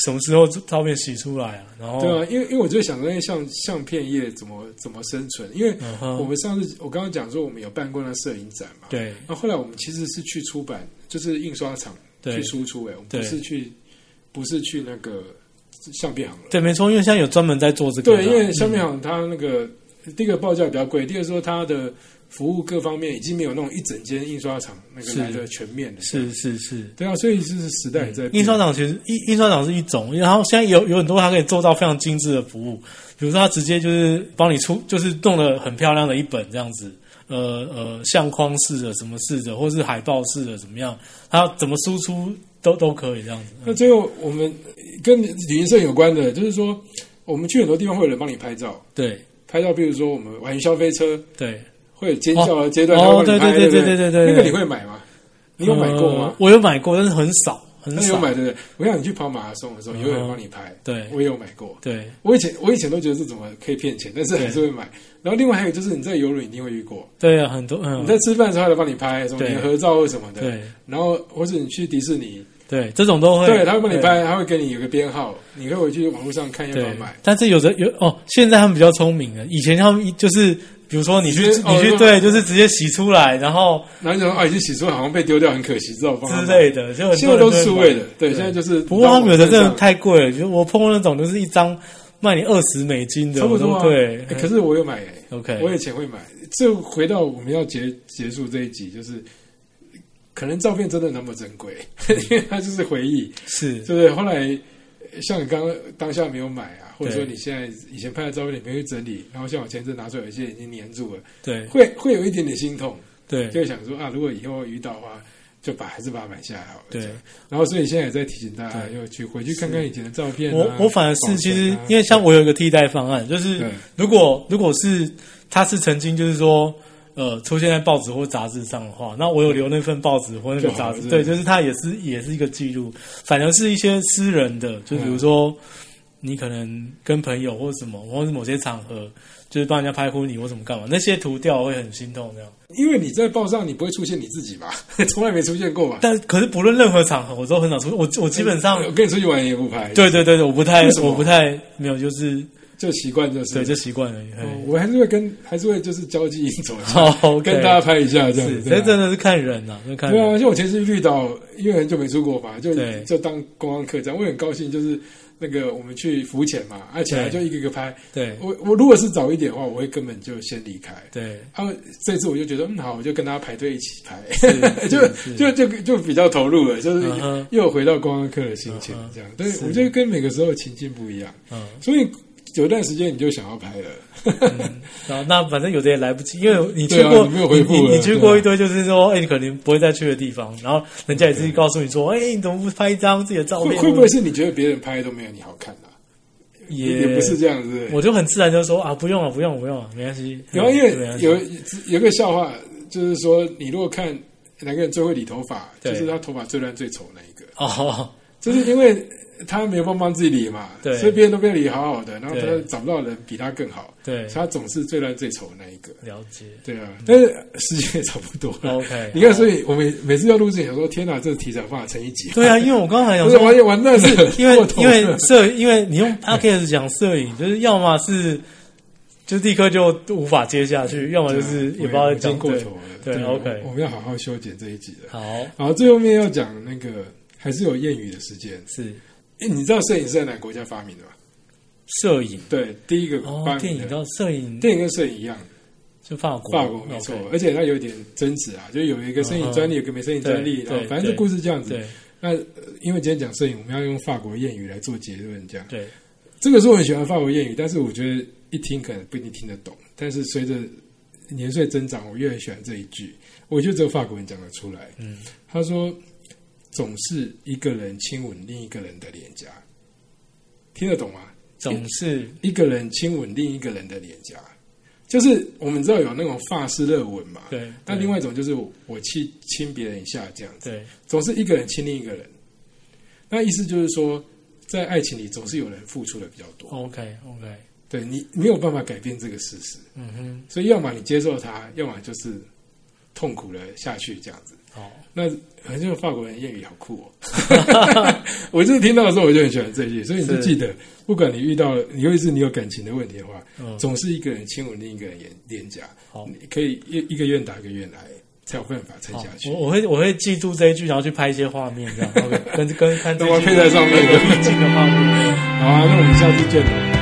Speaker 2: 什么时候照片洗出来啊？然后
Speaker 1: 对对啊，因为因为我就想那些相相片业怎么怎么生存，因为
Speaker 2: 嗯
Speaker 1: 我
Speaker 2: 哼，
Speaker 1: 们上次我刚刚讲说我们有办过那摄影展嘛，
Speaker 2: 对
Speaker 1: 然后后来我们其实是去出版，就是印刷厂
Speaker 2: 对
Speaker 1: 去输出、欸，我们
Speaker 2: 对
Speaker 1: 不是去不是去那个相片行了。
Speaker 2: 对，没错，因为现在有专门在做这个的啊，
Speaker 1: 对，因嗯为相片行它那个、第一个报价比较贵，第二说它的服务各方面已经没有那种一整间印刷厂那个
Speaker 2: 是
Speaker 1: 来的全面的。
Speaker 2: 是是是。
Speaker 1: 对啊，所以就是时代也在变
Speaker 2: 印刷厂其实印印刷厂是一种，然后现在有有很多它可以做到非常精致的服务，比如说它直接就是帮你出，就是弄得很漂亮的一本这样子，呃呃相框式的什么式的，或是海报式的怎么样，它怎么输出都都可以这样子。嗯
Speaker 1: 那最后我们跟旅行社有关的，就是说我们去很多地方会有人帮你拍照，
Speaker 2: 对
Speaker 1: 拍照，比如说我们玩消费车
Speaker 2: 对，
Speaker 1: 会有尖叫的阶段，
Speaker 2: 哦
Speaker 1: 他会帮你拍
Speaker 2: 对
Speaker 1: 对
Speaker 2: 对对
Speaker 1: 不
Speaker 2: 对对对对
Speaker 1: 那个你会买吗？你有买过吗？
Speaker 2: 呃我有买过，但是很少，很
Speaker 1: 那有
Speaker 2: 少。嗯
Speaker 1: 买对不对？我想你去跑马拉松的时候，有人帮你拍，
Speaker 2: 对
Speaker 1: 我也有买过。
Speaker 2: 对，
Speaker 1: 我以前我以前都觉得这怎么可以骗钱，但是还是会买。然后另外还有就是你在游轮一定会遇过，
Speaker 2: 对啊，很多嗯
Speaker 1: 你，在吃饭的时候还来帮你拍什么
Speaker 2: 对
Speaker 1: 你的合照或什么的，
Speaker 2: 对
Speaker 1: 然后或者你去迪士尼，
Speaker 2: 对，这种都会，
Speaker 1: 对，他会帮你
Speaker 2: 对。
Speaker 1: 拍，他会给你有个编号，你可以回去网络上看要不要
Speaker 2: 对
Speaker 1: 买。，
Speaker 2: 但是有的有哦，现在他们比较聪明了，以前他们一就是比如说你去
Speaker 1: 直接
Speaker 2: 你
Speaker 1: 哦
Speaker 2: 去
Speaker 1: 就
Speaker 2: 对，就是直接洗出来，然后
Speaker 1: 然后你想说啊，已经洗出来好像被丢掉，很可惜，知道我帮他
Speaker 2: 之
Speaker 1: 买
Speaker 2: 类。的，就很
Speaker 1: 哦现
Speaker 2: 多
Speaker 1: 在
Speaker 2: 人
Speaker 1: 都
Speaker 2: 会
Speaker 1: 是数
Speaker 2: 买
Speaker 1: 位的，对，现在就是。
Speaker 2: 不过他们有的真的
Speaker 1: 太。
Speaker 2: 太贵了，就是我碰过那种就是一张卖你二十美金的，
Speaker 1: 差不多
Speaker 2: 我
Speaker 1: 啊。
Speaker 2: 都对
Speaker 1: 欸可是我有买、欸，
Speaker 2: ，OK，
Speaker 1: 我以前会买。这回到我们要结结束这一集，就是可能照片真的那么珍贵，
Speaker 2: 嗯
Speaker 1: 因为它就是回忆，
Speaker 2: 是
Speaker 1: 对不对？后来呃像你刚刚当下没有买啊，或者说
Speaker 2: 对
Speaker 1: 你现在以前拍的照片你没有去整理，然后像我前阵拿出来，有一些已经粘住了，
Speaker 2: 对
Speaker 1: 会会有一点点心痛，
Speaker 2: 对
Speaker 1: 就会想说啊，如果以后遇到的话。就把还是把它买下来好了。
Speaker 2: 对
Speaker 1: 这样，然后所以现在也在提醒大家，
Speaker 2: 对
Speaker 1: 要去回去看看以前的照片、啊。
Speaker 2: 我我反而
Speaker 1: 保存
Speaker 2: 是
Speaker 1: 啊
Speaker 2: 其实因为像我有一个替代方案，就是
Speaker 1: 对
Speaker 2: 如果如果是他是曾经就是说呃出现在报纸或杂志上的话，那我有留那份报纸或那个
Speaker 1: 就好
Speaker 2: 杂
Speaker 1: 了
Speaker 2: 志，
Speaker 1: 是
Speaker 2: 对，就是它也是也是一个记录。反而是一些私人的，就比
Speaker 1: 嗯
Speaker 2: 如说、你可能跟朋友或什么，或是某些场合，就是帮人家拍婚礼或什么干嘛，那些涂掉会很心痛这样。
Speaker 1: 因为你在报上你不会出现你自己吧， 从来没出现过吧？
Speaker 2: 但可是不论任何场合，我都很少出，我我基本上。
Speaker 1: 哎我跟你出去玩也不拍，
Speaker 2: 对对对，对我不太
Speaker 1: 为什，么
Speaker 2: 我不太没有，就是
Speaker 1: 就习惯就是。
Speaker 2: 对，就习惯了。嘿
Speaker 1: 哦我还是会跟，还是会就是交际应酬，
Speaker 2: 好，OK
Speaker 1: 跟大家拍一下这样
Speaker 2: 哦是，
Speaker 1: 子。
Speaker 2: 这
Speaker 1: 对
Speaker 2: 真
Speaker 1: 啊
Speaker 2: 的是看人呐、啊，真看
Speaker 1: 对
Speaker 2: 人。
Speaker 1: 啊，像我前次去绿岛，因为很久没出国嘛，就
Speaker 2: 对
Speaker 1: 就当观光客这样，我也很高兴，就是那个我们去浮潜嘛，而且就
Speaker 2: 对
Speaker 1: 一个一个拍。
Speaker 2: 对
Speaker 1: 我我如果是早一点的话，我会根本就先离开。
Speaker 2: 对
Speaker 1: 啊，这次我就觉得嗯好，我就跟大家排队一起排，
Speaker 2: 是
Speaker 1: 就是就就就比较投入了，就是
Speaker 2: 嗯哼
Speaker 1: 又回到观光客的心情
Speaker 2: 嗯哼
Speaker 1: 这样。但是
Speaker 2: 是
Speaker 1: 我觉得跟每个时候的情境不一样，
Speaker 2: 嗯，
Speaker 1: 所以有段时间你就想要拍了，
Speaker 2: 嗯然后那反正有的也来不及，因为你去
Speaker 1: 对啊
Speaker 2: 过，
Speaker 1: 你没有回复
Speaker 2: 你你
Speaker 1: 了
Speaker 2: 你去
Speaker 1: 对啊
Speaker 2: 过一堆，就是说，哎、你可能不会再去的地方，然后人家也是告诉你说，哎、你怎么不拍一张自己的照
Speaker 1: 会
Speaker 2: 片？
Speaker 1: 会不会是你觉得别人拍都没有你好看啊？
Speaker 2: 也
Speaker 1: 也不是这样子。
Speaker 2: 我就很自然就说啊，不用了，不用了，不用了，没关系。
Speaker 1: 然后因为
Speaker 2: 嗯没关系
Speaker 1: 有有个笑话，就是说你如果看哪个人最会理头发，
Speaker 2: 对
Speaker 1: 就是他头发最乱最丑那一个，
Speaker 2: 哦，
Speaker 1: 就是因为他没有帮帮自己理嘛，
Speaker 2: 对
Speaker 1: 所以别人都被理好好的，然后他
Speaker 2: 对
Speaker 1: 找不到人比他更好。
Speaker 2: 对，
Speaker 1: 他总是最烂最丑的那一个。
Speaker 2: 了解。
Speaker 1: 对啊，但是时间也差不多了。
Speaker 2: OK，
Speaker 1: 你看，所以我每每次要录制，想说天哪，这个题材无法成一 集。
Speaker 2: 对啊，因为我刚才想
Speaker 1: 不是
Speaker 2: 说，
Speaker 1: 完完蛋了，
Speaker 2: 因为
Speaker 1: 过头
Speaker 2: 因
Speaker 1: 了
Speaker 2: 为摄，因为你用 podcast 讲摄影，就是要么是就立刻就无法接下去，要么就是也不知道在
Speaker 1: 已经
Speaker 2: 讲
Speaker 1: 过
Speaker 2: 对
Speaker 1: 头了。
Speaker 2: 对
Speaker 1: 啊我
Speaker 2: OK
Speaker 1: 我们要好好修剪这一集了。
Speaker 2: 好
Speaker 1: 好，最后面要讲那个还是有谚语的时间。
Speaker 2: 是
Speaker 1: 哎，你知道摄影是在哪个国家发明的吗？
Speaker 2: 摄影
Speaker 1: 对，第一个
Speaker 2: 哦
Speaker 1: 发，
Speaker 2: 电
Speaker 1: 明
Speaker 2: 影
Speaker 1: 的。
Speaker 2: 到摄影
Speaker 1: 电影跟摄影一样，
Speaker 2: 就法国，
Speaker 1: 法国嗯没错
Speaker 2: OK，嗯
Speaker 1: 而且它有点争执啊，就有一个摄影专利，有一个没摄影专利，
Speaker 2: 对
Speaker 1: 然后
Speaker 2: 对
Speaker 1: 反正这故事这样子。
Speaker 2: 对
Speaker 1: 那呃因为今天讲摄影，我们要用法国谚语来做结论，这样。
Speaker 2: 对
Speaker 1: 这个是我很喜欢法国谚语，但是我觉得一听可能不一定听得懂。但是随着年岁增长，我越来越喜欢这一句，我觉得只有法国人讲得出来。
Speaker 2: 嗯，
Speaker 1: 他说：“总是一个人亲吻另一个人的脸颊，听得懂吗？
Speaker 2: 总是
Speaker 1: 一个人亲吻另一个人的脸颊，就是我们知道有那种法式热吻嘛。
Speaker 2: 对，
Speaker 1: 那另外一种就是我去亲别人一下这样子。”
Speaker 2: 对
Speaker 1: 总是一个人亲另一个人。那意思就是说，在爱情里总是有人付出的比较多，
Speaker 2: OK OK，
Speaker 1: 对你没有办法改变这个事实，
Speaker 2: 嗯哼，
Speaker 1: 所以要么你接受它，要么就是痛苦了下去这样子。
Speaker 2: 好，
Speaker 1: 那很像法国人谚语，好酷哦！ 我就是听到的时候我就很喜欢这句，所以你就是记得，不管你遇到，尤其是你有感情的问题的话，
Speaker 2: 嗯，
Speaker 1: 总是一个人亲吻另一个人脸脸颊，
Speaker 2: 好。
Speaker 1: 你可以一一个愿打一个愿挨，才有办法撑
Speaker 2: 好
Speaker 1: 下去。
Speaker 2: 我我会我会记住这一句，然后去拍一些画 面，这样 OK，跟跟看这
Speaker 1: 那我
Speaker 2: 句
Speaker 1: 配在上面
Speaker 2: 有意境的画面。
Speaker 1: 好啊，那我们下次见了。